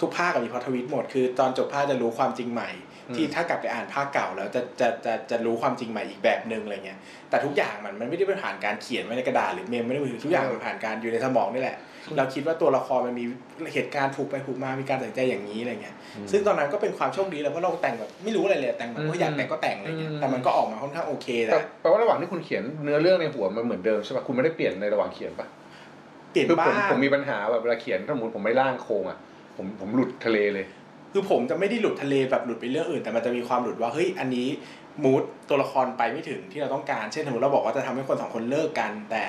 Speaker 3: ทุกภาคกับมีพล็อตทวีตหมดคือ ตอนจบภาคจะรู้ความจริงใหม่ ที่ถ้ากลับไปอ่านภาคเก่าแล้วจะจะจะจะรู้ความจริงใหม่อีกแบบหนึ่งอะไรเงี้ยแต่ทุกอย่างมันมันไม่ได้ผ่านการเขียนไว้ในกระดาษหรือเมมไม่ได้มือทุกอย่างมันผ่านการอยู่ในสมองนี่แหละ เราคิดว่าตัวละครมันมีเหตุการณ์ถูกไปถูกมามีการตัดสินใจอย่างนี้อะไรเงี้ยซึ่งตอนนั้นก็เป็นความโชคดีแล้วเพราะเราแต่งแบบไม่รู้อะไรเลยแต่งแบบว่าอยากแต่งก็แต่งอะไรเงี้ยแต่มันก็ออกมาค่อนข้างโอเค
Speaker 1: แต่แป
Speaker 3: แต่
Speaker 1: ลว่าระหว่างที่คุณเขียนเนื้อเรื่องในหัวมันเหมือนเดิมใช่ปะคุณไม่ได้เปลี่ยนในระหว่างเขียนปะ
Speaker 3: เปลี่ยน
Speaker 1: คือ
Speaker 3: บ้า
Speaker 1: ผม
Speaker 3: ง
Speaker 1: ผมมีปัญหาแบบเวลาเขียนถ้าสมมติผมไม่ร่างโครงอ่ะผมผมหลุดทะเลเลย
Speaker 3: คือผมจะไม่ได้หลุดทะเลแบบหลุดไปเรื่องอื่น แต่มันจะมีความหลุดว่าเฮ้ยอันนี้มูดตัวละครไปไม่ถึงที่เราต้องการ เช่นสมมติเราบอกว่าจะทำให้คนสองคนเลิกกัน แต่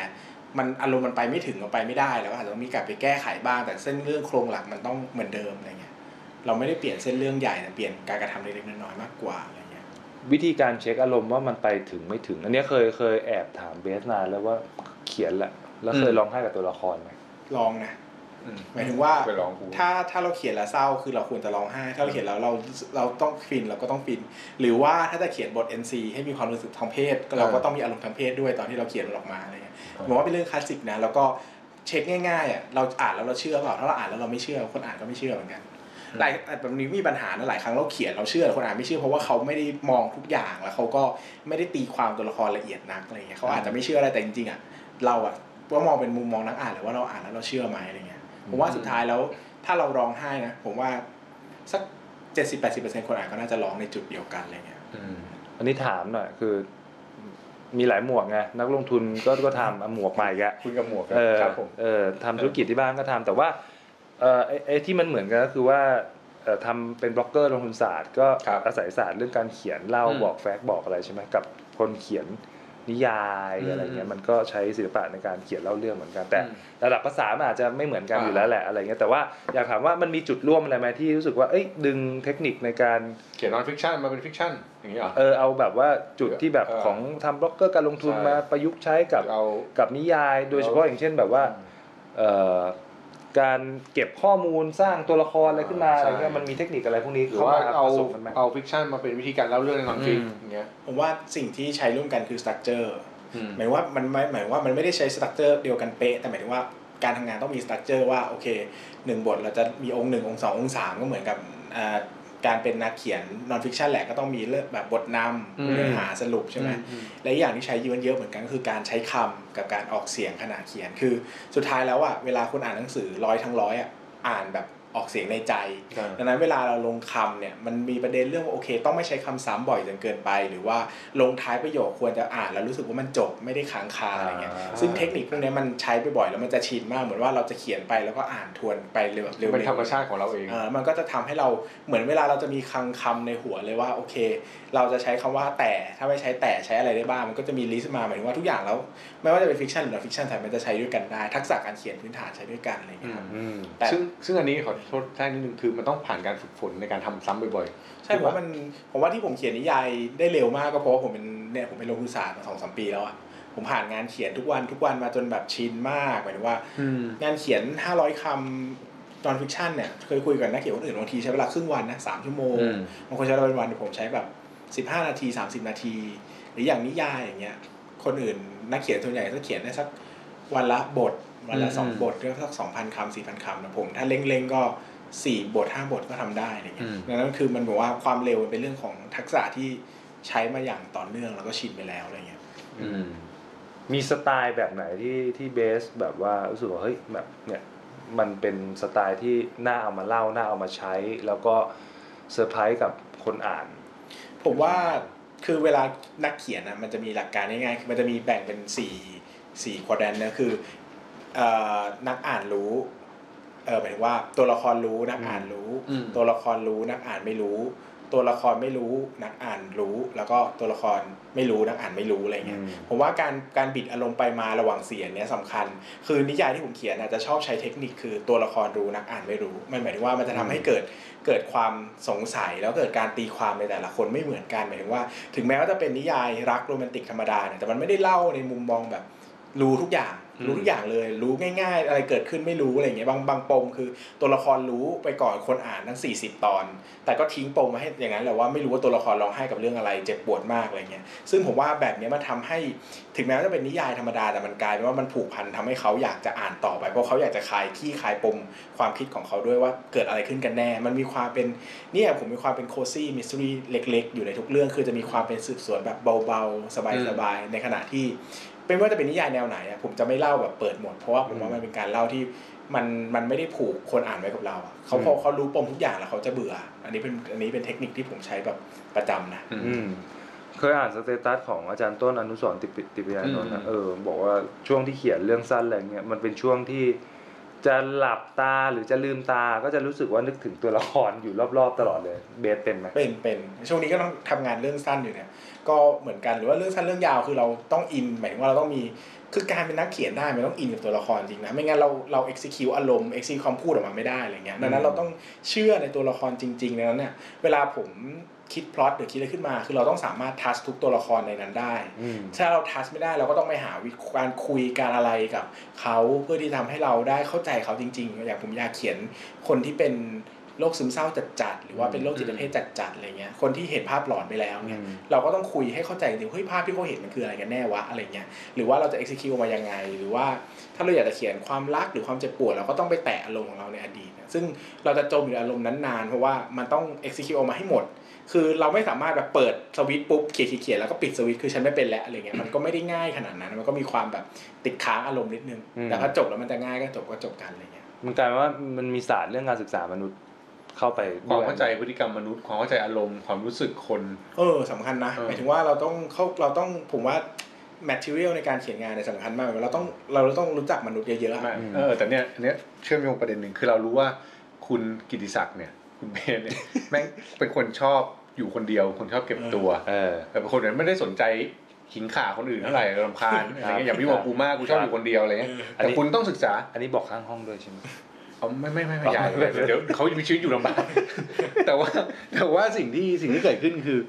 Speaker 3: มันอารมณ์มันไปไม่ถึงเราไปไม่ได้แล้วอาจจะต้องมีการไปแก้ไขบ้าง แต่เส้นเรื่องโครงหลักมันต้องเหมือนเดิมอะไรเงี้ยเราไม่ได้เปลี่ยนเส้นเรื่องใหญ่แต่เปลี่ยนการกระทำเล็กๆน้อยๆมากกว่าอะไรเงี้ย
Speaker 2: วิธีการเช็คอารมณ์ว่ามันไปถึงไม่ถึง อันเนี้ยเคยเคยแอบถามเบสนานแล้วว่าเขียนแหละ แล้วเคย
Speaker 1: อืม
Speaker 2: ร้องไห้กับตัวละครไหม
Speaker 3: ลองนะ
Speaker 1: อืม
Speaker 3: หมายถึงว่า
Speaker 1: ไปลองกู
Speaker 3: ถ้าถ้าเราเขียนแล้วเศร้าคือเราควรจะร้องไห้ถ้าเราเขียนแล้วเราเราต้องฟินเราก็ต้องฟิน หรือว่าถ้าจะเขียนบท NC ให้มีความรู้สึกทางเพศก็เราก็ต้องมีอารมณ์ทางเพศด้วยตอนที่เราเขียนมันออกมาอะไรเงี้ย
Speaker 1: ครับ
Speaker 3: ผมว่าเป็นเรื่องคลาสสิกนะแล้วก็เช็คง่ายๆอ่ะเราอ่านแล้วเราเชื่อเปล่าถ้าเราอ่านแล้วเราไม่เชื่อคนอ่านก็ไม่เชื่อเหมือนกันหลายแต่แบบนี้มีปัญหานะหลายครั้งเราเขียนเราเชื่อแต่คนอ่านไม่เชื่อเพราะว่าเขาไม่ได้มองทุกอย่างแล้วเขาก็ไม่ได้ตีความตัวละครละเอียดนักอะไรเงี้ยเขาอาจจะไม่เชื่ออะไรแต่จริงๆอ่ะเราอ่ะว่ามองเป็นมุมมองนักอ่านหรือว่าเราอ่านแล้วเราเชื่อไหมอะไรเงี้ยผมว่าสุดท้ายแล้ว ถ้าเราร้องไห้นะ ผมว่าสัก 70-80%คนอ่านก็น่าจะร้องในจุดเดียวกันอะไรเงี้ย
Speaker 1: อืม
Speaker 2: อันนี้ถามหน่อยคือมีหลายหมวกไงนักลงทุนก็ก็ทำอ่ะหมวกใหม่แก
Speaker 1: คุณกับหมวก
Speaker 2: เออ
Speaker 1: ครับผม
Speaker 2: เออทำธุรกิจที่บ้านก็ทำแต่ว่าเออไอ้ไอ้ที่มันเหมือนกันก็คือว่าเอ่อทำเป็นบล็อกเกอร์ลงทุนศาสตร์ก็
Speaker 1: ครับ
Speaker 2: อาศัยศาสตร์เรื่องการเขียนเล่า
Speaker 1: อืม
Speaker 2: บอกแฟกต์บอกอะไรใช่ไหมกับคนเขียนนิยาย
Speaker 1: อืม
Speaker 2: อะไรเงี้ยมันก็ใช้ศิลปะในการเขียนเล่าเรื่องเหมือนกันแต่ ระดับภาษามันอาจจะไม่เหมือนกัน
Speaker 1: อ่า
Speaker 2: อยู่แล้วแหละอะไรเงี้ยแต่ว่าอยากถามว่ามันมีจุดร่วมอะไรไหมที่รู้สึกว่าเอ้ยดึงเทคนิคในการ
Speaker 1: เขียนนอนฟิกชันมาเป็นฟิกชันอย่างนี้เหรอ
Speaker 2: เออเอาแบบว่าจุดที่แบบ
Speaker 1: เออ
Speaker 2: ของทำบล็อกเกอร์การลงทุน
Speaker 1: ใช่
Speaker 2: มาประยุกต์ใช้กับ
Speaker 1: เอา
Speaker 2: กับนิยายโดยเฉพาะอย่างเช่นแบบว่าเอ่อการเก็บข้อมูลสร้างตัวละครอะไรขึ้นมา
Speaker 1: อ่า
Speaker 2: อะไร
Speaker 1: ใช่
Speaker 2: เงี้ยมันมีเทคนิคอะไรพวกนี้หรือ
Speaker 1: เขา
Speaker 2: ว่า
Speaker 1: มาเอา
Speaker 2: ผสมกันไหม
Speaker 1: เอาฟิกชันมาเป็นวิธีการเล่าเรื่องในนอนฟิก
Speaker 2: อืม
Speaker 1: อย่างเงี้ย
Speaker 3: ผมว่าสิ่งที่ใช้ร่วมกันคือ structure
Speaker 1: อืม
Speaker 3: หมายว่ามันไม่หมายว่ามันไม่ได้ใช้ structure เดียวกันเป๊ะ แต่หมายถึงว่าการทำงานต้องมี structure ว่าโอเคหนึ่งบทเราจะมีองค์หนึ่งองค์สององค์สามก็เหมือนกับอ่าการเป็นนักเขียน non fiction แหละก็ต้องมีเรื่องแบบบทน
Speaker 1: อืม
Speaker 3: ำเนื้อหาสรุปใช่ไหม
Speaker 1: อืม
Speaker 3: และอีกอย่างที่ใช้เยอะๆเหมือนกันก็คือการใช้คำกับการออกเสียงขณะเขียนคือสุดท้ายแล้วอ่ะเวลาคุณอ่านหนังสือร้อยทั้งร้อยอ่ะอ่านแบบออกเสียงในใจ
Speaker 1: ครับ
Speaker 3: ดังนั้นเวลาเราลงคำเนี่ยมันมีประเด็นเรื่องว่าโอเค ต้องไม่ใช้คำซ้ำบ่อยจนเกินไป หรือว่าลงท้ายประโยคควรจะอ่านแล้วรู้สึกว่ามันจบไม่ได้ค้างคาอะไรเงี้ย
Speaker 2: อ่า
Speaker 3: ซึ่งเทคนิคพวกเนี้ยมันใช้ไปบ่อยแล้วมันจะชินมากเหมือนว่าเราจะเขียนไปแล้วก็อ่านทวนไปเร็วๆ
Speaker 1: เป็นธรรมชาติของเราเอง
Speaker 3: เออมันก็จะทำให้เราเหมือนเวลาเราจะมีคลังคำในหัวเลยว่าโอเค เราจะใช้คำว่าแต่ถ้าไม่ใช้แต่ใช้อะไรได้บ้างมันก็จะมีลิสต์มาหมายถึงว่าทุกอย่างแล้ว ไม่ว่าจะเป็นฟิกชันหรือฟิกชันไทยมันจะใช้ด้วยกันได้ ทักษะการเขียนพื้นฐานใช้ด้วยกันอะไรอย่างเงี้ยครับ
Speaker 2: อืม
Speaker 3: แต่
Speaker 1: ซึ่งซึ่งอันนี้ขอโท โทษแท่งนิดนึงคือมันต้องผ่านการฝึกฝนในการทำซ้ำบ่อยๆ
Speaker 3: ใช่ผมว่ามันผมว่าที่ผมเขียนนิยายได้เร็วมากก็เพราะว่าผมเป็นเนี่ยผมเป็นโรงทุนศาสตร์มาสองสามปีแล้วอะผมผ่านงานเขียนทุกวันทุกวันมาจนแบบชินมากหมายถึงว่า
Speaker 1: อืม
Speaker 3: งานเขียน 500 คำตอนฟิกชันเนี่ย เคยคุยกับนักเขียนคนอื่นบางทีใช้เวลาครึ่งวันนะสามชั่วโมง
Speaker 1: อืม
Speaker 3: บางคนใช้เวลาเป็นวันผมใช้แบบ 15 นาที 30 นาที หรืออย่างนิยายอย่างเงี้ย คนอื่นนักเขียนส่วนใหญ่ก็เขียนได้สักวันละบท วันละสองบทก็สักสองพันคำสี่พันคำนะผม ถ้าเร่งๆก็สี่บทห้าบทก็ทำได้อะไรเงี้ยดังนั้นคือมันบอกว่าความเร็วมันเป็นเรื่องของทักษะที่ใช้มาอย่างต่อเนื่องแล้วก็ชินไปแล้วอะไรเงี้ย
Speaker 1: อืม
Speaker 2: มีสไตล์แบบไหนที่ที่เบสแบบว่ารู้สึกว่าเฮ้ยแบบเนี่ยมันเป็นสไตล์ที่น่าเอามาเล่าน่าเอามาใช้ แล้วก็เซอร์ไพรส์กับคนอ่าน
Speaker 3: ผมว่าคือเวลานักเขียนนะมันจะมีหลักการง่ายๆคือมันจะมีแบ่งเป็นสี่สี่ควอดแนนะคือเอ่อนักอ่านรู้เออหมายถึงว่าตัวละครรู้นักอ่านรู้
Speaker 1: อืม
Speaker 3: ตัวละครรู้นักอ่านไม่รู้ ตัวละครไม่รู้นักอ่านรู้ แล้วก็ตัวละครไม่รู้นักอ่านไม่รู้อะไรเงี้ย
Speaker 2: อืม
Speaker 3: ผมว่าการการบิดอารมณ์ไปมาระหว่างเสียงเนี้ยสำคัญ คือนิยายที่ผมเขียนอาจจะชอบใช้เทคนิคคือตัวละครรู้นักอ่านไม่รู้มันหมายถึงว่ามันจะทำให้เกิด เกิดความสงสัยแล้วเกิดการตีความในแต่ละคนไม่เหมือนกันหมายถึงว่า ถึงแม้ว่าจะเป็นนิยายรักโรแมนติกธรรมดาเนี่ยแต่มันไม่ได้เล่าในมุมมองแบบรู้ทุกอย่าง
Speaker 2: อืม
Speaker 3: รู้ทุกอย่างเลย รู้ง่าย ๆ อะไรเกิดขึ้นไม่รู้อะไรอย่างเงี้ยบางบางปมคือตัวละครรู้ไปก่อนคนอ่านทั้ง 40 ตอน แต่ก็ทิ้งปมมาให้อย่างนั้นแหละว่าไม่รู้ว่าตัวละครร้องไห้กับเรื่องอะไรเจ็บปวดมากอะไรเงี้ยซึ่งผมว่าแบบเนี้ยมันทำให้ ถึงแม้ว่าจะเป็นนิยายธรรมดาแต่มันกลายเป็นว่ามันผูกพันทำให้เขาอยากจะอ่านต่อไป เพราะเขาอยากจะคลายที่คลายปมความคิดของเขาด้วยว่าเกิดอะไรขึ้นกันแน่ มันมีความเป็นเนี่ยผมมีความเป็นโคซี่มิสทรีเล็ก ๆ อยู่ในทุกเรื่อง คือจะมีความเป็นสืบสวนแบบเบาๆ สบายๆ ในขณะที่ เป็นว่าจะเป็นนิยายแนวไหนอะผมจะไม่เล่าแบบเปิดหมดเพราะว่าผมว่ามันเป็นการเล่าที่มันมันไม่ได้ผูกคนอ่านไว้กับเราอะเขาพอเขารู้ปมทุกอย่างแล้วเขาจะเบื่อ อันนี้เป็นอันนี้เป็นเทคนิคที่ผมใช้แบบประจำนะ
Speaker 2: อืมเคยอ่านสเตตัสของอาจารย์ต้นอนุสรณ์ติปิติปิยานนท์นะ
Speaker 1: อืม
Speaker 2: เออบอกว่าช่วงที่เขียนเรื่องสั้นอะไรเงี้ยมันเป็นช่วงที่จะหลับตาหรือจะลืมตาก็จะรู้สึกว่านึกถึงตัวละครอยู่รอบๆตลอดเลย เบสเป็นไหม
Speaker 3: เป็นเป็นช่วงนี้ก็ต้องทำงานเรื่องสั้นอยู่เนี่ยก็เหมือนกันหรือว่าเรื่องสั้นเรื่องยาวคือเราต้องอินหมายถึงว่าเราต้องมีคือการเป็นนักเขียนได้มันต้องอินกับตัวละครจริงนะไม่งั้นเราเรา execute อารมณ์ execute คำพูดออกมาไม่ได้อะไรเงี้ยดังนั้นเราต้องเชื่อในตัวละครจริงๆดังนั้นเนี่ยเวลาผมคิดพล็อตหรือคิดอะไรขึ้นมา คือเราต้องสามารถทัชทุกตัวละครในนั้นได้
Speaker 2: อืม
Speaker 3: ถ้าเราทัชไม่ได้เราก็ต้องไปหาวิธีการคุยการอะไรกับเขาเพื่อที่ทำให้เราได้เข้าใจเขาจริงๆ อย่างผมอยากเขียนคนที่เป็นโรคซึมเศร้าจัดๆหรือว่าเป็นโรคจิตเภทจัดๆอะไรเงี้ยคนที่เห็นภาพหลอนไปแล้วเนี่ย
Speaker 2: อืม
Speaker 3: เราก็ต้องคุยให้เข้าใจจริงๆเฮ้ยภาพที่เขาเห็นมันคืออะไรกันแน่วะอะไรเงี้ยหรือว่าเราจะ execute ออกมายังไง หรือว่าถ้าเราอยากจะเขียนความรักหรือความเจ็บปวดเราก็ต้องไปแตะอารมณ์ของเราในอดีตเนี่ยซึ่งเราจะจมอยู่ในอารมณ์นั้นนานเพราะว่ามันต้อง execute ออกมาให้หมด คือเราไม่สามารถแบบเปิดสวิตช์ปุ๊บเขียนเขียนๆๆแล้วก็ปิดสวิตช์คือฉันไม่เป็นแล้วอะไรเงี้ยมันก็ไม่ได้ง่ายขนาดนั้นมันก็มีความแบบติดค้างอารมณ์นิดนึง
Speaker 2: อืม
Speaker 3: แต่พอจบแล้วมันจะง่ายก็จบก็จบกันอะไรเงี้ย
Speaker 2: มันกลายเป็นว่ามันมีศาสตร์เรื่องการศึกษามนุษย์เข้าไป
Speaker 1: ค
Speaker 2: ด้
Speaker 1: วาม
Speaker 2: ย
Speaker 1: เข้าใจพฤติกรรมมนุษย์ความเข้าใจอารมณ์ความรู้สึกคน
Speaker 3: เออสำคัญนะ
Speaker 1: เออ
Speaker 3: หมายถึงว่าเราต้องเขาเราต้องผมว่า material ในการเขียนงานเนี่ยสำคัญมากเราต้องเราต้องรู้จักมนุษย์เยอะๆอะ
Speaker 1: มาก
Speaker 2: อืม
Speaker 1: เออแต่เนี้ยอันเนี้ยเชื่อมโยงประเด็นหนึ่งคือเรารู้ว่าคุณกิติศักดิ์เนี่ย คุณเบนเนี่ย แม่งเป็นคนชอบอยู่คนเดียว คนชอบเก็บตัว
Speaker 2: เออ
Speaker 1: แต่เป็นคนนั้นไม่ได้สนใจขิงข่าคนอื่นเท่าไหร่รำคาญอะไรเงี้ยอย่า พี่งบอกกูมากกูชอบอยู่คนเดียวอะไรเงี้ย
Speaker 2: อัน
Speaker 1: แต่
Speaker 2: นี้
Speaker 1: คุณต้องศึกษา
Speaker 2: อันนี้บอกข้างห้องด้วยใช่ไหม
Speaker 1: เอาไม่ไม่ไม่ไม่ อยากเลยเดี๋ยวเขามีชีวิตอยู่ลำบาก แต่ว่าแต่ว่าสิ่งที่สิ่งที่เกิดขึ้นคือ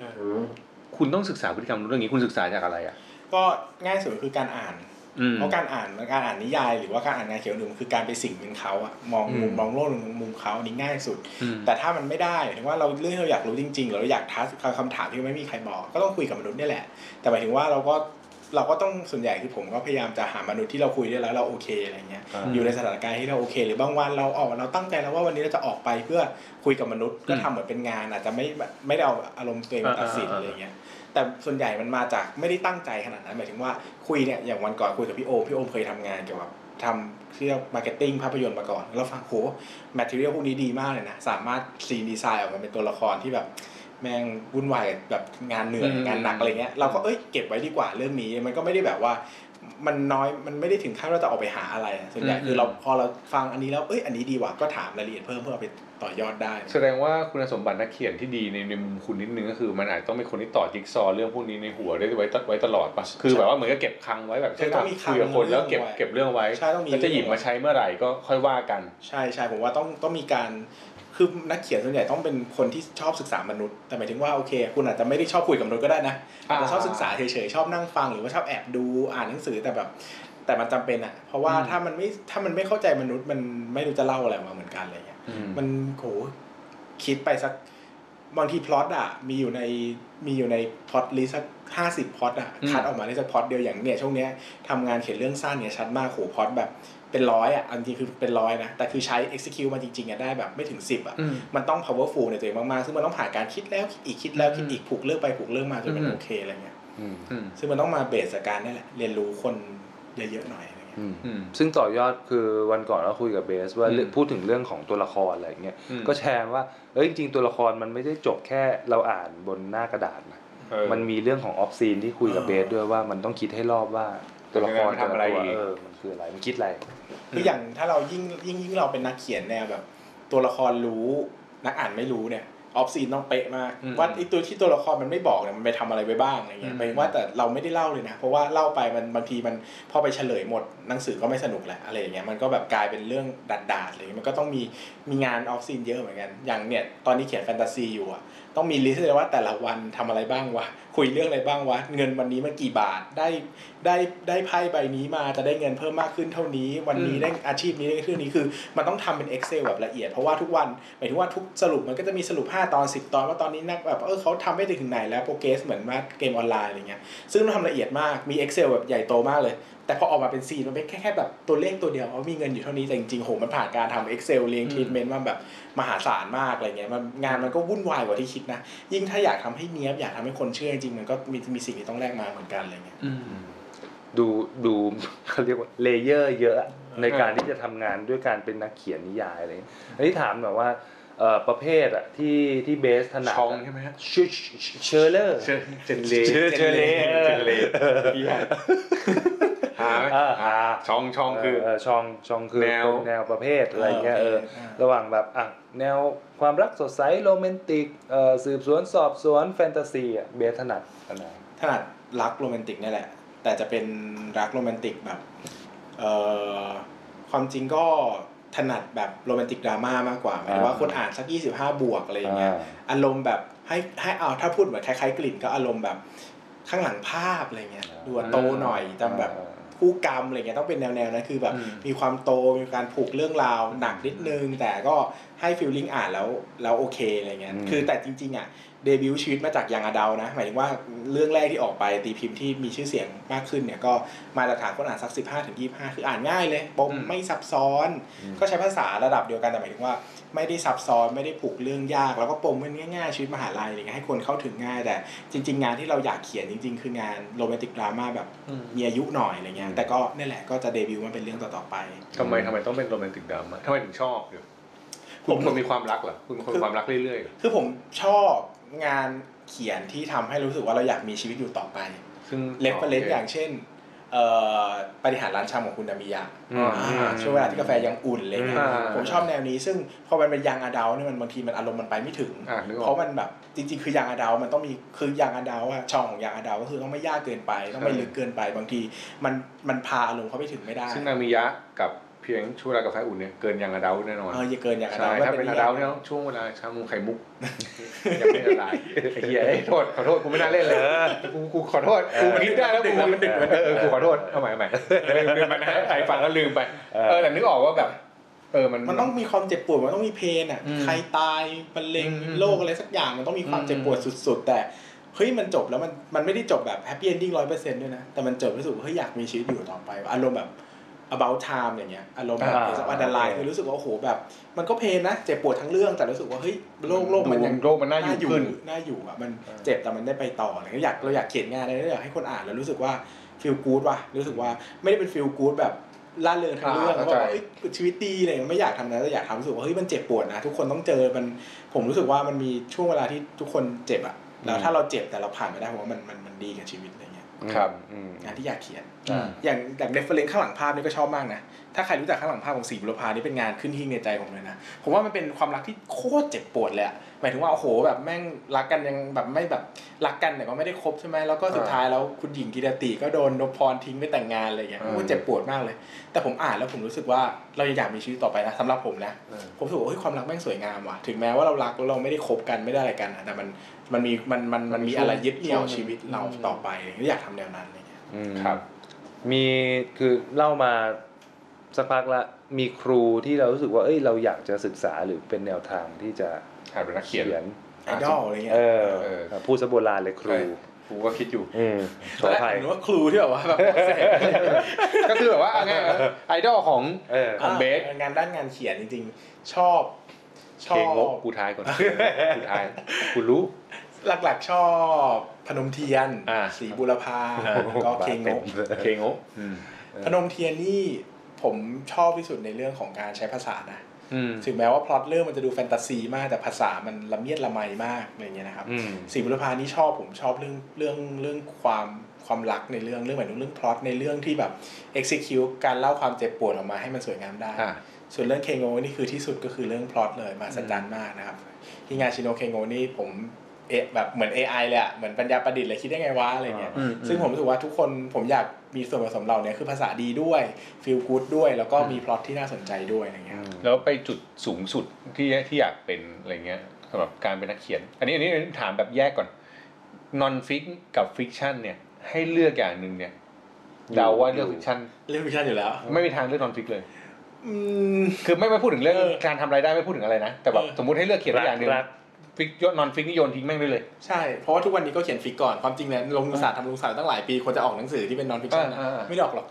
Speaker 1: คุณต้องศึกษาพฤติกรรมเรื่องนี้คุณศึกษาจากอะไรอ่ะ
Speaker 3: ก็ง่ายสุดคือการอ่าน
Speaker 1: อืม
Speaker 3: เพราะการอ่านมันการอ่านนิยาย หรือว่าการอ่านงานเขียนอื่นมันคือการไปสิ่งหนึ่งเขาอะมองมุม
Speaker 2: อืม
Speaker 3: มองโลกหนึ่งมุมเขาอันนี้ง่ายสุด
Speaker 1: อืม
Speaker 3: แต่ถ้ามันไม่ได้หมายถึงว่าเราเรื่องที่เราอยากรู้จริงๆหรือเราอยากท้าคำถามที่ไม่มีใครบอก ก็ต้องคุยกับมนุษย์เนี่ยแหละ แต่หมายถึงว่าเราก็เราก็ต้องส่วนใหญ่คือผมก็พยายามจะหามนุษย์ที่เราคุยด้วยแล้วเราโอเคอะไรเงี้ย
Speaker 2: อ่า
Speaker 3: อยู่ในสถานการณ์ที่เราโอเค หรือบางวันเราออกเราตั้งใจแล้วว่าวันนี้เราจะออกไปเพื่อคุยกับมนุษย์ก็ทำเหมือนเป็นงานอาจจะไม่ไม่ได้เอาอารมณ์ตัวเองมาตัดสินอะไรเงี้ย แต่ส่วนใหญ่มันมาจากไม่ได้ตั้งใจขนาดนั้นหมายถึงว่าคุยเนี่ยอย่างวันก่อนคุยกับพี่โอมพี่โอมเคยทำงานเกี่ยวกับทำที่เรียกมาร์เก็ตติ้งภาพยนตร์มาก่อน แล้วฟังโหแมทเทียลพวกนี้ดีมากเลยนะ สามารถซีนดีไซน์ออกมาเป็นตัวละครที่แบบแม่งวุ่นวายกับแบบงานเหนื่อย
Speaker 1: อืม
Speaker 3: งานหนักอะไรเงี้ยเราก็เอ้ยเก็บไว้ดีกว่าเรื่องนี้มันก็ไม่ได้แบบว่า มันน้อยมันไม่ได้ถึงขั้นว่าจะออกไปหาอะไรอะส่วนใหญ่คือเราพอเราฟังอันนี้แล้วเอ้ยอันนี้ดีว่ะก็ถามรายละเอียดเพิ่มเพื่อเอาไป ต่อยอดได้
Speaker 1: แสดงว่าคุณสมบัตินักเขียนที่ดีในในมุมคุณนิดนึงก็คือมันอาจต้องเป็นคนที่ต่อจิ๊กซอว์เรื่องพวกนี้ในหัวได้ไว้ตไว้ตลอดปะคือแบบว่าเหมือนกับเก็บคลังไว้แบบ
Speaker 3: ใช่ต้องมีค
Speaker 1: คุ
Speaker 3: ลัง
Speaker 1: ยกับคนแล้วเก็บ
Speaker 3: เรื่องไว้
Speaker 1: เก็บเรื่องไว้
Speaker 3: ใช่ต้องมี
Speaker 1: แล้วจะหยิบมาใช้เมื่อไหร่ก็ค่อยว่ากัน
Speaker 3: ใช่ใช่ผมว่าต้องต้องมีการคือนักเขียนส่วนใหญ่ต้องเป็นคนที่ชอบศึกษามนุษย์ แต่หมายถึงว่าโอเค คุณอาจจะไม่ได้ชอบคุยกับมนุษย์ก็ได้นะอาจจะ
Speaker 1: อ่า
Speaker 3: ชอบศึกษาเฉยๆชอบนั่งฟังหรือว่าชอบแอบดูอ่านหนังสือแต่แบบ แต่มันจำเป็นอะเพราะว่า
Speaker 1: อืม
Speaker 3: ถ้ามันไม่ถ้ามันไม่เข้าใจมนุษย์มันไม่รู้จะเล่าอะไรออกมาเหมือนกันอะไรอย่างเงี้ย มันโหคิดไปสักบางทีพล็อตอ่ะ มีอยู่ในมีอยู่ในพล็อตลิสสักห้าสิบพล็อตอ่ะ
Speaker 1: อืม
Speaker 3: คัดออกมาได้สักพล็อตเดียวอย่างเนี่ยช่วงเนี้ยทำงานเขียนเรื่องสั้นเนี่ยชัดมากโหพล็อตแบบเป็นร้อยอ่ะเอาจริงๆคือเป็นร้อยนะ แต่คือใช้ execute มาจริงๆอ่ะได้แบบไม่ถึงสิบอ่ะ
Speaker 1: อืม
Speaker 3: มันต้อง powerful ในตัวเองมากๆ ซึ่งมันต้องผ่านการคิดแล้วคิดอีกคิดแล้วคิดอีกผูกเรื่องไปผูกเรื่องมาจนมัน
Speaker 1: อืม
Speaker 3: โอเคอะไรเงี้ย
Speaker 4: อืม
Speaker 1: อืม
Speaker 3: ซึ่งมันต้องมาเบสจากการนี่แหละเรียนรู้คนเยอะๆหน่อยอะไรเงี้ย
Speaker 4: อืม
Speaker 1: อืม
Speaker 2: ซึ่งต่อยอดคือวันก่อนเราคุยกับเบสว่า
Speaker 1: อืม
Speaker 2: พูดถึงเรื่องของตัวละครอะไรอย่างเงี้ย
Speaker 1: อืม
Speaker 2: ก็แชร์ว่าเอ้ยจริงๆตัวละครมันไม่ได้จบแค่เราอ่านบนหน้ากระดาษนะ
Speaker 1: เออ
Speaker 2: มันมีเรื่องของออฟซีนที่คุยกับเบสด้วยว่ามันต้องคิดให้รอบว่าตัวละคร
Speaker 1: มันทำอะไร
Speaker 2: แต่ล
Speaker 1: อีก
Speaker 2: ตัวเออมันคืออะไรมันคิดอะไร
Speaker 3: คืออย่างถ้าเรายิ่งยิ่งยิ่งเราเป็นนักเขียนแนวแบบ ตัวละครรู้นักอ่านไม่รู้เนี่ยออฟซีนต้องเป๊ะมาก
Speaker 1: อืม
Speaker 3: ว่าไอตัวที่ตัวละครมันไม่บอกเนี่ยมันไปทำอะไรไปบ้างอะไรเงี้
Speaker 1: อืม
Speaker 3: ยหมายถึงว่าแต่เราไม่ได้เล่าเลยนะ เพราะว่าเล่าไปมันบางทีมันพอไปเฉลยหมดหนังสือก็ไม่สนุกแหละอะไรอย่างเงี้ยมันก็แบบกลายเป็นเรื่องดัดดาดๆอะไรเงี้ยมันก็ต้องมีมีงานออฟซีนเยอะเหมือนกันอย่างเนี่ยตอนนี้เขียนแฟนตาซีอยู่อะต้องมีลิสต์เลยว่าแต่ละวันทำอะไรบ้างวะคุยเรื่องอะไรบ้างวะเงินวันนี้มันกี่บาทได้ ได้ได้ไพ่ใบนี้มาจะได้เงินเพิ่มมากขึ้นเท่านี้ วันนี้
Speaker 1: อืม
Speaker 3: ได้อาชีพนี้ได้เท่านี้คือ มันต้องทำเป็น Excel แบบละเอียด เพราะว่าทุกวันหมายถึงว่าทุกสรุปมันก็จะมีสรุป 5 ตอน 10 ตอนว่าตอนนี้นักแบบเออเขาทำไม่ถึงไหนแล้วโปรเกรสเหมือนมาเกมออนไลน์อะไรเงี้ยซึ่งต้องทำละเอียดมากมี Excel แบบใหญ่โตมากเลย แต่พอออกมาเป็นซีนมันเป็นแค่แค่แบบตัวเลขตัวเดียวว่ามีเงินอยู่เท่านี้แต่จริงๆโหมันผ่านการทำ Excel เรียงทรีทเมนต์มาแบบมหาศาลมากอะไรเงี้ยมันงานมันก็วุ่นวายกว่าที่คิดนะยิ่งถ้าอยากทำให้เนี้ยบอยากทำให้คนเชื่อจริงๆมันก็มีมีสิ่งที่ต้องแลกมาเหมือนกันอะไรเงี้ย
Speaker 1: อืม
Speaker 2: ดูดูเขาเรียกว่าเลเยอร์เยอะในการที่จะทำงานด้วยการเป็นนักเขียนนิยายอะไรอย่างเงี้ยอันนี้ถามหน่อยว่าเอ่อประเภทอะที่ที่เบสถนัด
Speaker 1: ช่องใช่ไหมฮะ
Speaker 2: ชูเชอร์เลอร์
Speaker 1: เชิญเจนเล
Speaker 2: เจนเจนเล
Speaker 1: เจนเลหาไหม
Speaker 2: อ่าอ่า
Speaker 1: ช่องช่องคือ
Speaker 2: เช่องช่องคือ
Speaker 1: แนว
Speaker 2: เป็นแนวประเภทอะไรเงี้ย
Speaker 3: อ่า
Speaker 2: เอ
Speaker 3: โอ
Speaker 2: อ
Speaker 3: เคอ่า
Speaker 2: ระหว่างแบบอ่ะแนวความรักสดใสโรแมนติกเอ่อสืบสวนสอบสวนแฟนตาซีอะเบสถนัดอันไหน
Speaker 3: ถนัดรักโรแมนติกเนี่ยแหละ แต่จะเป็นรักโรแมนติกแบบเอ่อความจริงก็ถนัดแบบโรแมนติกดราม่ามากกว่าหมายถึงว่าคนอ่านสัก 25 บวกอะไรอย่างเงี้ย
Speaker 2: อ่า
Speaker 3: อารมณ์แบบให้ให้เอาถ้าพูดเหมือนคล้ายๆกลิ่นก็อารมณ์แบบข้างหลังภาพอะไรเงี้ย
Speaker 2: อ่า
Speaker 3: ดูโตหน่อยแต่แบบ
Speaker 2: อ่า
Speaker 3: คู่กรรมอะไรเงี้ยต้องเป็นแนวๆนั้นคือแบบ
Speaker 1: อืม
Speaker 3: มีความโตมีการผูกเรื่องราวหนักนิดนึง แต่ก็ให้ฟิลลิ่งอ่านแล้วแล้วโอเคอะไรเงี้ยคือแต่จริงๆอ่ะเดบิวต์ชีวิตมาจากยังอาเดานะ หมายถึงว่าเรื่องแรกที่ออกไปตีพิมพ์ที่มีชื่อเสียงมากขึ้นเนี่ยก็มาจากฐานคนอ่านสัก 15ถึง25 คืออ่านง่ายเลยปมไม่ซับซ้อน ก็ใช้ภาษาระดับเดียวกันแต่หมายถึงว่า ไม่ได้ซับซ้อนไม่ได้ผูกเรื่องยาก แล้วก็ปมมันง่ายๆชีวิตมหาลัยอะไรเงี้ยให้คนเข้าถึงง่ายแต่จริง ๆ งานที่เราอยากเขียนจริง ๆ คืองานโรแมนติกดราม่าแบบมีอายุหน่อยอะไรเงี้ยแต่ก็นี่นแหละก็จะเดบิวต์มันเป็นเรื่องต่อๆไป
Speaker 1: ทำไมทำไมต้องเป็นโรแมนติกดราม่าทำไมถึงชอบเดี๋ยวคุณเป็นคนมีความรักเหรอคุณเป็นคนมีความรักเรื่อยๆเหรอ
Speaker 3: คือผมชอบงานเขียนที่ทำให้รู้สึกว่าเราอยากมีชีวิตอยู่ต่อไป
Speaker 1: ซึ่ง
Speaker 3: เลฟเฟลเลนอย่างเช่นเอ่อปฏิหารย์ร้านชำของคุณนามิยะ
Speaker 2: อืม
Speaker 3: อ่าช่วงเวลาที่กาแฟยังอุ่นอะไรเลย
Speaker 1: อ่า
Speaker 3: ผมชอบแนวนี้ซึ่งพอมันเป็นยางอะเดาเนี่ยมันบางทีมันอารมณ์มันไปไม่ถึง
Speaker 1: อ่านึกออก
Speaker 3: เพราะมันแบบจริงๆ คือยางอะเดามันต้องมีคือยางอะเดาอะช่องของยางอะเดาก็คือต้องไม่ยากเกินไป ต้องไม่
Speaker 1: ใช่
Speaker 3: ลึกเกินไป บางทีมันมันพาอารมณ์เข้าไปถึงไม่ได้
Speaker 1: ซึ่งนามิยะกับเพียงช่วงเวลากาแฟอุ่นเนี่ยเกินยังอาเดาแน่นอน
Speaker 3: เอออย่าเกินยางอะ
Speaker 1: ใช่
Speaker 3: เดา
Speaker 1: ถ้าเป็นอาเดาเนี่ย
Speaker 3: ย
Speaker 1: ช่วงเวลาชามุงไข่มุกยังไม่ละลายไอ้เหี้ยเอ้ยโทษขอโทษกูไม่น่าเล่นเลยกูกูขอโทษกูคิดได้แล้วกูมันดึกมันเออเออกูขอโทษเอาใหม่เอาใหม่ลืมลืมไปนะใครฟังแล้วลืมไปเออแต่นึกออกว่าแบบ เออมัน
Speaker 3: มันต้องมีความเจ็บปวดมันต้องมีเพนอะ
Speaker 1: อืม
Speaker 3: ใครตายมะเร็ง
Speaker 1: อืม
Speaker 3: โรคอะไรสักอย่างมันต้องมีความเจ็บปวดสุด ๆ แต่เฮ้ยมันจบแล้วมันมันไม่ได้จบแบบแฮปปี้เอนดิ้งร้อยเปอร์เซ็นต์ด้วยนะแต่มันจบรู้สึกว่าเฮ้ยอยากมีชีวิตอยู่ต่อไปอารมณ์แบบ about time อย่างเงี้ยอารมณ์แบบ
Speaker 2: อ่า
Speaker 3: Days of Underline คือรู้สึกว่าโอ้โหแบบ มันก็เพลนนะเจ็บปวดทั้งเรื่องแต่รู้สึกว่าเฮ้ยโลกโลกมันยัง
Speaker 1: โลกมันน่าอยู่ขึ้น
Speaker 3: น่าอยู่อ่ะมันเจ็บแต่มันได้ไปต่ออะไรเงี้ยอยากเราอยากเขียนงานอะไรเราอยากให้คนอ่านแล้วรู้สึกว่าฟีลกู๊ดว่ะรู้สึกว่าไม่ได้เป็นฟีลกู๊ดแบบล่าเริงทั้งเรื่อง
Speaker 1: อ่าเข้า
Speaker 3: ว่า
Speaker 1: ใจ
Speaker 3: แบบเอ้ยชีวิตดีอะไรเงี้ยไม่อยากทำนะแต่อยากทำรู้สึกว่าเฮ้ยมันเจ็บปวดนะทุกคนต้องเจอมันผมรู้สึกว่ามันมีช่วงเวลาที่ทุกคนเจ็บอ่ะแล้วถ้าเราเจ็บแต่เราผ่านไปได้ผมว่ามันมันมันดีกับชีวิตอะไรเงี้ย
Speaker 1: ครับ
Speaker 2: อืม
Speaker 3: งานที่อยากเขียน
Speaker 2: อ่า
Speaker 3: อย่างอย่างเดฟเฟลนข้างหลังภาพนี่ก็ชอบมากนะ ถ้าใครรู้จักข้างหลังภาพของสีบุรพานี่เป็นงานขึ้นหิ้งในใจผมเลยนะ ผมว่ามันเป็นความรักที่โคตรเจ็บปวดเลยอะหมายถึงว่าโอ้โหแบบแม่งรักกันยังแบบไม่แบบรักกันแต่ก็ไม่ได้คบใช่ไหมแล้วก็สุดท้ายแล้วคุณหญิงกีรติก็โดนนพพรทิ้งไปแต่งงานอะไรอย่างเงี้ย
Speaker 1: อืม
Speaker 3: โอ้เจ็บปวดมากเลย แต่ผมอ่านแล้วผมรู้สึกว่าเรายังอยากมีชีวิตต่อไปนะสำหรับผมนะ
Speaker 2: เออ
Speaker 3: ผมรู้สึกว่าเฮ้ยความรักแม่งสวยงามว่ะถึงแม้ว่าเรารักแล้วเราไม่ได้คบกันไม่ได้อะไรกันอะแต่มันมันมีมันมันมันมีอะไรยึดเหนี่ยวชีวิตเราต่อไปอยากทำแนวนั้นอะไรเงี้ย
Speaker 2: อืม
Speaker 1: ครับ
Speaker 2: มีคือเล่ามาสักพักละมีครูที่เรารู้สึกว่าเอ้ยเราอยากจะศึกษาหรือเป็นแนวทางที่จะ
Speaker 1: หาเป็นนักเขียน
Speaker 3: ไอดอลอะไรเงี้ย
Speaker 2: เออ
Speaker 1: เออ
Speaker 2: ครับพูดสโบราณเลยครู
Speaker 1: เออกูก็คิดอยู่
Speaker 2: อืมข
Speaker 3: ต
Speaker 2: ออ
Speaker 3: อนแรก
Speaker 2: ภัย
Speaker 3: ผมนึกว่าครูที่แบบว่าแบบ
Speaker 1: ก็คือแบบว่าเอาไงายๆไอดอลของ
Speaker 2: เออ
Speaker 1: ของเบส
Speaker 3: งานด้านงานเขียนจริงๆ ชอบชอ
Speaker 1: เคงก
Speaker 3: บ
Speaker 1: กูทายก่อนกูทายกูรู้
Speaker 3: หลักๆชอบพนมเทียน
Speaker 1: อ่า
Speaker 3: สีบุรพาแล้วก็เคงก
Speaker 1: เคงกอืม
Speaker 3: พนมเทียนนี่ผมชอบที่สุดในเรื่องของการใช้ภาษานะ
Speaker 1: อืม
Speaker 3: ถึงแม้ว่าพล็อตเรื่องมันจะดูแฟนตาซีมากแต่ภาษามันละเมียดละไมมากอะไรเงี้ยนะครับ
Speaker 2: อืม
Speaker 3: สีบุรพานี่ชอบผมชอบเรื่องเรื่องเรื่องความความรักในเรื่องเรื่องหมายถึงเรื่องพล็อตในเรื่องที่แบบ execute การเล่าความเจ็บปวดออกมาให้มันสวยงามได้
Speaker 1: อ่า
Speaker 3: ส่วนเรื่องเคงโงนี่คือที่สุดก็คือเรื่องพล็อตเลยมาสัจจันมากนะครับฮิงาชิโนเคงโงนี่ผมเอะแบบเหมือน AI เลยอะเหมือนปัญญาประดิษฐ์เลยคิดได้ไงวะอะไรเงี้ย
Speaker 1: อืมอืม
Speaker 3: ซึ่งผมรู้สึกว่าทุกคนผมอยากมีส่วนผสมเหล่านี้คือภาษาดีด้วยฟีลกู๊ดด้วย แล้วก็มีพล็อตที่น่าสนใจด้วยอะไรเงี้ยครับ
Speaker 1: แล้วไปจุดสูงสุดที่ที่อยากเป็นอะไรเงี้ยสำหรับการเป็นนักเขียน อันนี้อันนี้ถามแบบแยกก่อนนอนฟิกกับฟิกชันเนี่ย ให้เลือกอย่างหนึ่งเนี่ยเดาว่าเลือก
Speaker 2: อยู่
Speaker 1: ฟิกชัน
Speaker 3: เรื่องวิชาอยู่แล้ว
Speaker 1: ไม่มีทางเลือกนอนฟิกเลย
Speaker 3: อืม
Speaker 1: คือไม่ไม่พูดถึงเรื่อง
Speaker 3: เออ
Speaker 1: การทำรายได้ไม่พูดถึงอะไรนะ แต่แบบ
Speaker 3: เออ
Speaker 1: สมมติให้เลือกเขียนได้อก
Speaker 2: รั
Speaker 1: ย่างหนึ่ง
Speaker 2: รัก
Speaker 1: ฟิกนอนฟิกนี่โยนทิ้งแม่งได้เลย
Speaker 3: ใช่ เพราะว่าทุกวันนี้ก็เขียนฟิกก่อน ความจริงเนี่ยลงศาสตร์ทำลงศาสตร์ตั้งหลายปีควรจะออกหนังสือที่เป็นนอนฟิกชันนะ
Speaker 1: อ่า
Speaker 3: ไม่ได้ออกหรอก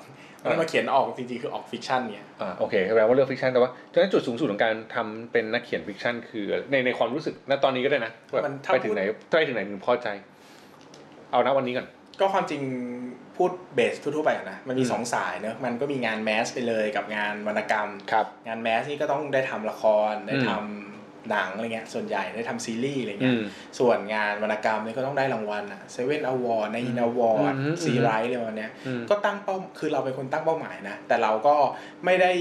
Speaker 3: มันมาเขียนออกจริงๆคือออกฟิกชันเนี่ย
Speaker 1: อ่าโอเคแปลว่าเลือกฟิกชันแต่ว่าฉะนั้นจุดสูงสุดของการทำเป็นนักเขียนฟิกชันคือในในความรู้สึกณตอนนี้ก็ได้นะแบบ
Speaker 3: มันถ้า
Speaker 1: ไปถึงไหนไปถึงไหนถึงพอใจ เอานะวันนี้ก่อน
Speaker 3: ก็ความจริงพูดเบสทั่วๆไปอะนะมันมี
Speaker 1: อืม
Speaker 3: สองสายเนอะมันก็มีงานแมสไปเลยกับงานวรรณกรรม
Speaker 1: ครับ
Speaker 3: งานแมสนี่ก็ต้องได้ทำละครได้ทำหนังอะไรเงี้ยส่วนใหญ่ได้ทำซีรีส์อะไร
Speaker 1: อื
Speaker 3: เงี้ย
Speaker 1: ม
Speaker 3: ส่วนงานวรรณกรรมนี่ก็ต้องได้รางวัลอะเซเว่นอวอร์ดในอินอวอร์ด
Speaker 1: อืม
Speaker 3: ซีไรส์อะไรวันเนี้ย
Speaker 1: อืม
Speaker 3: ก็ตั้งเป้าคือเราเป็นคนตั้งเป้าหมายนะ แต่เราก็ไม่ได้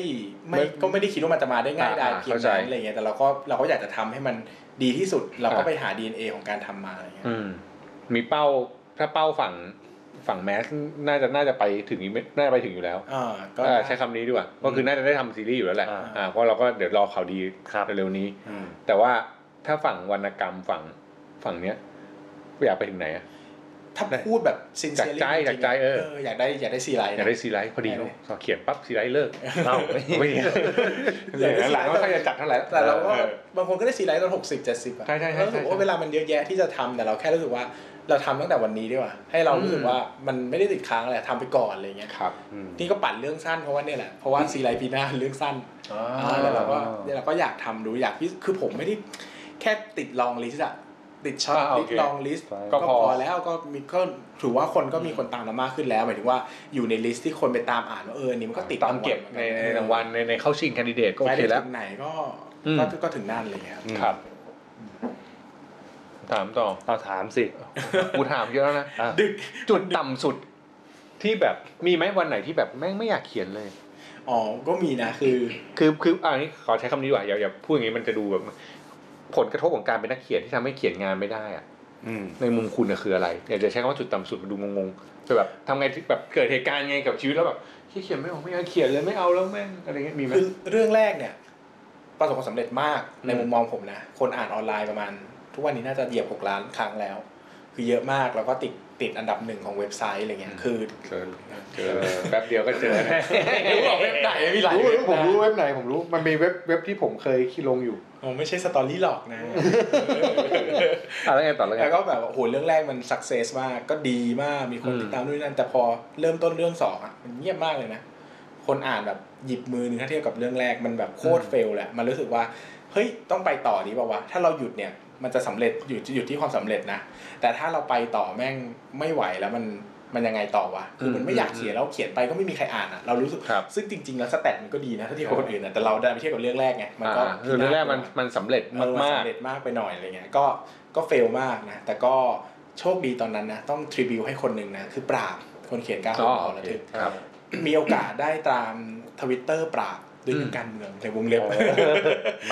Speaker 3: ไม่
Speaker 1: ไม่
Speaker 3: ก็ไม่ได้คิดว่ามันจะมาได้ง่าย
Speaker 1: อ่า
Speaker 3: ได้
Speaker 1: อ่า
Speaker 3: เพียง
Speaker 1: เข้าใจ
Speaker 3: นั้นอะไรเงี้ยแต่เราก็เราก็อยากจะทำให้มันดีที่สุด เราก็
Speaker 1: อ่า
Speaker 3: ไปหา DNA ของการทำมาอะไรเงี้ย
Speaker 1: อืมมีเป้าถ้าเป้าฝั่งฝั่งแมสน่าจะน่าจะไปถึงนี้ไม่น่าจะไปถึงอยู่แล้ว
Speaker 3: อ่าก็
Speaker 1: เออใช้คำนี้ดีกว่าก็คือน่าจะได้ทำซีรีส์อยู่แล้วแหละ
Speaker 2: อ่า
Speaker 1: อ่าเพราะเราก็เดี๋ยวรอข่าวดี
Speaker 2: ครับ
Speaker 1: เร็วๆนี้
Speaker 3: อืม
Speaker 1: แต่ว่าถ้าฝั่งวรรณกรรมฝั่งฝั่งเนี้ยอยากไปถึงไหนอะ
Speaker 3: ถ้าพูดแบบซิน
Speaker 1: จาก
Speaker 3: เซีย
Speaker 1: ใจจากใจเออ
Speaker 3: อยากได้อยากได้ซีไรส์
Speaker 1: อยาก
Speaker 3: นะ
Speaker 1: ได้ซีไรส์พอดี
Speaker 3: ได้เลย
Speaker 1: สอบเขียนปั๊บซีไรส์เลิก
Speaker 2: เอ้า
Speaker 1: ไม่
Speaker 3: อยากได้
Speaker 1: หลังๆไม่ค่อยจะจัดเท่าไหร่
Speaker 3: แต่เราก็
Speaker 1: ออ
Speaker 3: บางคนก็ได้ซีไรส์ตอนหกสิบเจ็ดสิบอะ
Speaker 1: ใช่ใช่ใช่
Speaker 3: เรารู้สึกว่าเวลามันเยอะแยะที่จะทำแต่เราแค่รู้สึกว่าเราทำตั้งแต่วันนี้ดีกว่า ให้เรารู้สึ
Speaker 1: อืม
Speaker 3: กว่ามันไม่ได้ติดค้างอะไรทำไปก่อนอะไรเงี้ย
Speaker 1: ครับ
Speaker 2: อืม
Speaker 3: นี่ก็ปั่นเรื่องสั้นเพราะว่าเนี่ยแหละเพราะว่าซีไรส์ปีหน้าเรื่องสั้น อ่าแล้วเราก็เนี่ยเราก็อยากทำดูอยากพิสคือผมไม่ได้แค่ติดลองลิสต์อะติดช็อต
Speaker 1: อ่าโอ
Speaker 3: ติด
Speaker 1: เค
Speaker 3: ลองลิสต์
Speaker 1: ก็
Speaker 3: ก็
Speaker 1: พ
Speaker 3: พ
Speaker 1: อ
Speaker 3: อแล้วก็มีก็ถือว่าคนก็มีคนตามเรามากขึ้นแล้วหมายถึงว่าอยู่ในลิสต์ที่คนไปตามอ่านว่าเอออนนี่มันก็ติด
Speaker 1: ตามเก็บในในรางวัลในในเข้าชิงแคนดิเดตก็
Speaker 3: ก็
Speaker 1: โอ
Speaker 3: ไป
Speaker 1: เคแล้ว
Speaker 3: ถึงไหนก็
Speaker 1: อืม
Speaker 3: ก็ก็ถึงนั่นเลยครับ
Speaker 2: อืม
Speaker 1: ครับ ถามต่อ
Speaker 2: เอาถามสิ
Speaker 1: กูถามเยอะแล้วนะ
Speaker 2: อ่ะ
Speaker 3: ดึก
Speaker 1: จุดต่ำสุดที่แบบมีไหมวันไหนที่แบบแม่งไม่อยากเขียนเลย
Speaker 3: อ๋อก็มีนะคือ
Speaker 1: คือคืออ่านี้ขอใช้คำนี้ดีกว่าอย่าอย่าพูดอย่างนี้มันจะดูแบบผลกระทบของการเป็นนักเขียนที่ทำให้เขียนงานไม่ได้อะ
Speaker 2: อืม
Speaker 1: ในมุมคุณอะคืออะไรอยากจะใช้คำว่าจุดต่ำสุดมันดูงงๆแต่แบบทำไงถึงแบบเกิดเหตุการณ์ไงกับชีวิตแล้วแบบเหี้ยเขียนไม่ออกไม่อยากเขียนเลยไม่เอาแล้วแม่งอะไรเงี้ยมีไหม
Speaker 3: คือเรื่องแรกเนี่ย ประสบความสำเร็จมาก
Speaker 1: อืม
Speaker 3: ในมุมมองผมนะ คนอ่านออนไลน์ประมาณ ทุกวันนี้น่าจะเหยียบหกล้านครั้งแล้ว คือเยอะมากแล้วก็ติดติดอันดับหนึ่งของเว็บไซต์อะไรเงี้ยคือ
Speaker 1: เจอเจอแป๊บเดียวก็เจอ
Speaker 3: รู้บอกเว็บไหนมีหลาย
Speaker 1: รู้
Speaker 3: เว็บ
Speaker 1: รู้ผ
Speaker 3: นะ
Speaker 1: มรู้เว็บไหนผมรู้มันมีเว็บเว็บที่ผมเคยขี้ลงอยู่
Speaker 3: อ๋อไม่ใช่สตอรี่หรอกนะ
Speaker 1: อ่ะแล้วไงต่อแล้วไง
Speaker 3: แล้วก็แบบว่าโอ้โหเรื่องแรกมันสักเซสมาก ก็ดีมาก มีคน
Speaker 1: อืม
Speaker 3: ติดตามด้วยนั่น แต่พอเริ่มต้นเรื่องสองอ่ะ มันเงียบมากเลยนะ คนอ่านแบบหยิบมือหนึ่งถ้าเทียบกับเรื่องแรกมันแบบโคตรเฟลแหละ มันรู้สึกว่า เฮ้ย ต้องไปต่อดีป่าววะ ถ้าเราหยุดเนี่ย มันจะสำเร็จอยู่อยู่ที่ความสำเร็จนะ แต่ถ้าเราไปต่อแม่งไม่ไหวแล้วมันมันยังไงต่อวะ คือมันไม่อยากเขียนแล้วเขียนไปก็ไม่มีใครอ่านอ่ะ เรารู้สึก
Speaker 1: ครับ
Speaker 3: ซึ่งจริง ๆ แล้วสแตทมันก็ดีนะถ้าเทียบกับคนอื่นนะแต่เราได้ไปเทียบกับเรื่องแรกไง มันก็
Speaker 1: อ่าคือเรื่องแรกมันมันสำเร็จ
Speaker 3: เออมัน
Speaker 1: มาก
Speaker 3: สำเร็จมากไปหน่อยอะไรเงี้ย ก็ ก็เฟลมากนะ แต่ก็โชคดีตอนนั้นนะ ต้องทริบิวให้คนหนึ่งนะ คือปราบ คนเขียนการ
Speaker 1: อ๋อ
Speaker 3: หอ
Speaker 1: โอ
Speaker 3: ระ
Speaker 1: เค
Speaker 3: ทึก
Speaker 1: ครับ
Speaker 3: มีโอกาสได้ตามทวิตเตอร์ปราบด้วยเรื่องการเมืองในวงเล็บ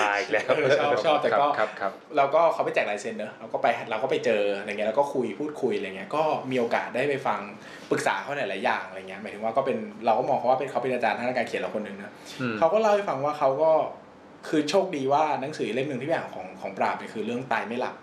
Speaker 2: มาอีกแล้ว
Speaker 3: เออชอบชอบแต่ก็
Speaker 1: ครับครับ
Speaker 3: เราก็เขาไปแจกลายเซ็นเนอะเราก็ไปเราก็ไปเจออะไรเงี้ยแล้วก็คุยพูดคุยอะไรเงี้ยก็มีโอกาสได้ไปฟังปรึกษาเขาหลายๆอย่างอะไรเงี้ยหมายถึงว่าก็เป็นเราก็มองเขาว่าเป็นเขาเป็นอาจารย์ทางด้านการเขียนเราคนหนึ่งนะ
Speaker 1: อืม
Speaker 3: เขาก็เล่าให้ฟังว่าเขาก็คือโชคดีว่าหนังสือเล่มหนึ่งที่แบ่งของของปราบเนี่ยคือเรื่องตายไม่หลับ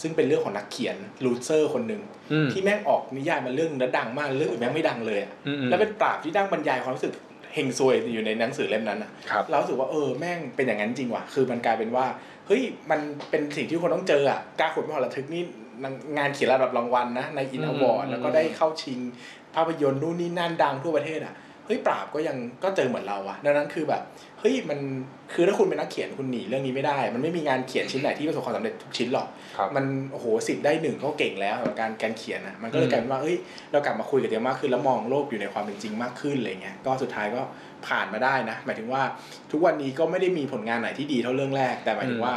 Speaker 3: ซึ่งเป็นเรื่องของนักเขียนลูเซอร์คนหนึ่ง
Speaker 1: อืม
Speaker 3: ที่แม่งออกนิยายมาเรื่องนั้นดังมากเรื่องอื่นแม่งไม่ดังเลยอะ
Speaker 1: อืมอืม
Speaker 3: แล้วเป็นปราบที่ดังบรรยายความรู้สึกเฮงซวยอยู่ในหนังสือเล่มนั้นอะ
Speaker 1: ครับ
Speaker 3: เรารู้สึกว่าเออแม่งเป็นอย่างนั้นจริงว่ะ คือมันกลายเป็นว่าเฮ้ยมันเป็นสิ่งที่คนต้องเจออ่ะการขุดมหรทึกนี่งานเขียนระดับรางวัลนะในอินอวอร์
Speaker 1: อืม
Speaker 3: แล้วก็ได้เข้าชิง ภาพยนตร์นู่นนี่นั่นดังทั่วประเทศอ่ะเฮ้ยปราบก็ยังก็เจอเหมือนเราอ่ะดังนั้นคือแบบเฮ้ยมันคือถ้าคุณเป็นนักเขียนคุณหนีเรื่องนี้ไม่ได้ มันไม่มีงานเขียนชิ้นไหนที่ประสบความสำเร็จทุกชิ้นหรอก
Speaker 1: ครับ
Speaker 3: มันโอ้โหสิบได้หนึ่งก็เก่งแล้วสำหรับการการเขียนนะมันก็เลยกลายเป็นว่าเอ้ยเรากลับมาคุยกันเยอะมากขึ้นแล้วมองโลกอยู่ในความเป็นจริงมากขึ้นอะไรเงี้ยก็สุดท้ายก็ผ่านมาได้นะ หมายถึงว่าทุกวันนี้ก็ไม่ได้มีผลงานไหนที่ดีเท่าเรื่องแรก แต่หมายถึงว่า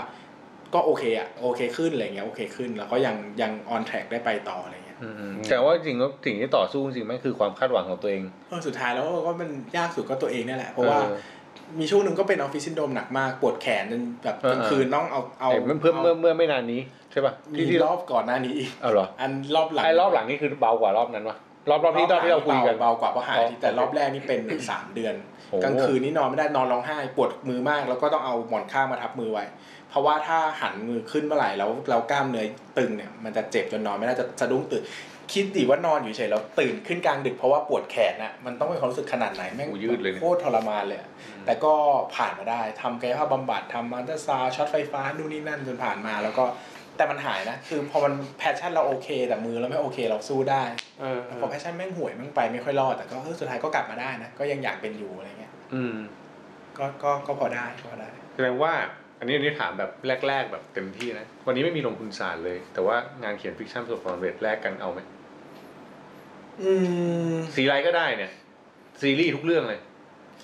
Speaker 3: ก็โอเคอะโอเคขึ้นอะไรเงี้ยโอเคขึ้น แล้วก็ยังยังออนแทร็กได้ไปต่ออะไรเงี้ย
Speaker 1: อืมแต่ว่าจริงๆแล้วสิ่งที่ต่อสู้จริงๆแม่งคือความคาดหวังของตัวเอง
Speaker 3: เออสุดท้ายแล้วก็มันยากสุดก็ตัวเองเนี่ยแหละเพราะว่า
Speaker 1: ออ
Speaker 3: มีช่วงหนึ่งก็เป็นออฟฟิศซินโดมหนักมากปวดแขนจนแบบกลาง
Speaker 1: เออ
Speaker 3: คืนต้องเอาเอา
Speaker 1: เอ้ยมันเพิ่มเมื่อเมื่อไม่นานนี้ใช่ป่ะ
Speaker 3: มี
Speaker 1: ที่ที่
Speaker 3: รอบก่อนหน้านี้อีก
Speaker 1: เอาเหรอ
Speaker 3: อันรอบหลัง
Speaker 1: ไอ้รอบหลังนี่คือเบากว่ารอบนั้นวะรอบรอบที่รอบที่เราคุยกัน
Speaker 3: เบากว่าเพราะหาย
Speaker 1: อ๋อ
Speaker 3: อาทิตย์แต่รอบแรกนี่เป็น สามเดือน
Speaker 1: โอ้โห
Speaker 3: กลางคืนนี่นอนไม่ได้นอนร้องไห้ปวดมือมาก แล้วก็ต้องเอาหมอนข้างมาทับมือไว้ เพราะว่าถ้าหันมือขึ้นเมื่อไหร่แล้วเรากล้ามเนื้อตึงเนี่ยมันจะเจ็บจนนอนไม่ได้จะสะดุ้งตื่นคิดดิว่านอนอยู่เฉยแล้วตื่นขึ้นกลางดึกเพราะว่าปวดแขนน่ะมันต้องเป็นความรู้สึกขนาดไหนแม่ง
Speaker 1: โอ้ยืดเลยเนี่ย
Speaker 3: โคตรทรมานเลยอะแต่ก็ผ่านมาได้ทำกายภาพบำบัดทำอันตราซาวด์ช็อตไฟฟ้านู่นนี่นั่นจนผ่านมาแล้วก็แต่มันหายนะคือพอมันแพชชั่นเราโอเคแต่มือเราไม่โอเคเราสู้ได้
Speaker 2: เออเอ
Speaker 3: พ
Speaker 2: อ
Speaker 3: อแพชชั่นแม่งห่วยแม่งไปไม่ค่อยรอด แต่ก็เออสุดท้ายก็กลับมาได้นะ ก็ยังอยากเป็นอยู่อะไรเงี้ย
Speaker 1: อืม
Speaker 3: ก็ก็ก็พอได้ก็พอได้
Speaker 1: แสดงว่า อันนี้อันนี้ถามแบบแรก ๆ แบบเต็มที่นะ วันนี้ไม่มีลงทุนศาสตร์เลย แต่ว่างานเขียนฟิกชั่นประสบความสำเร็จแลกกันเอาไหม
Speaker 3: อืม
Speaker 1: สีไรก็ได้เนี่ย ซีรีส์ทุกเรื่องเลย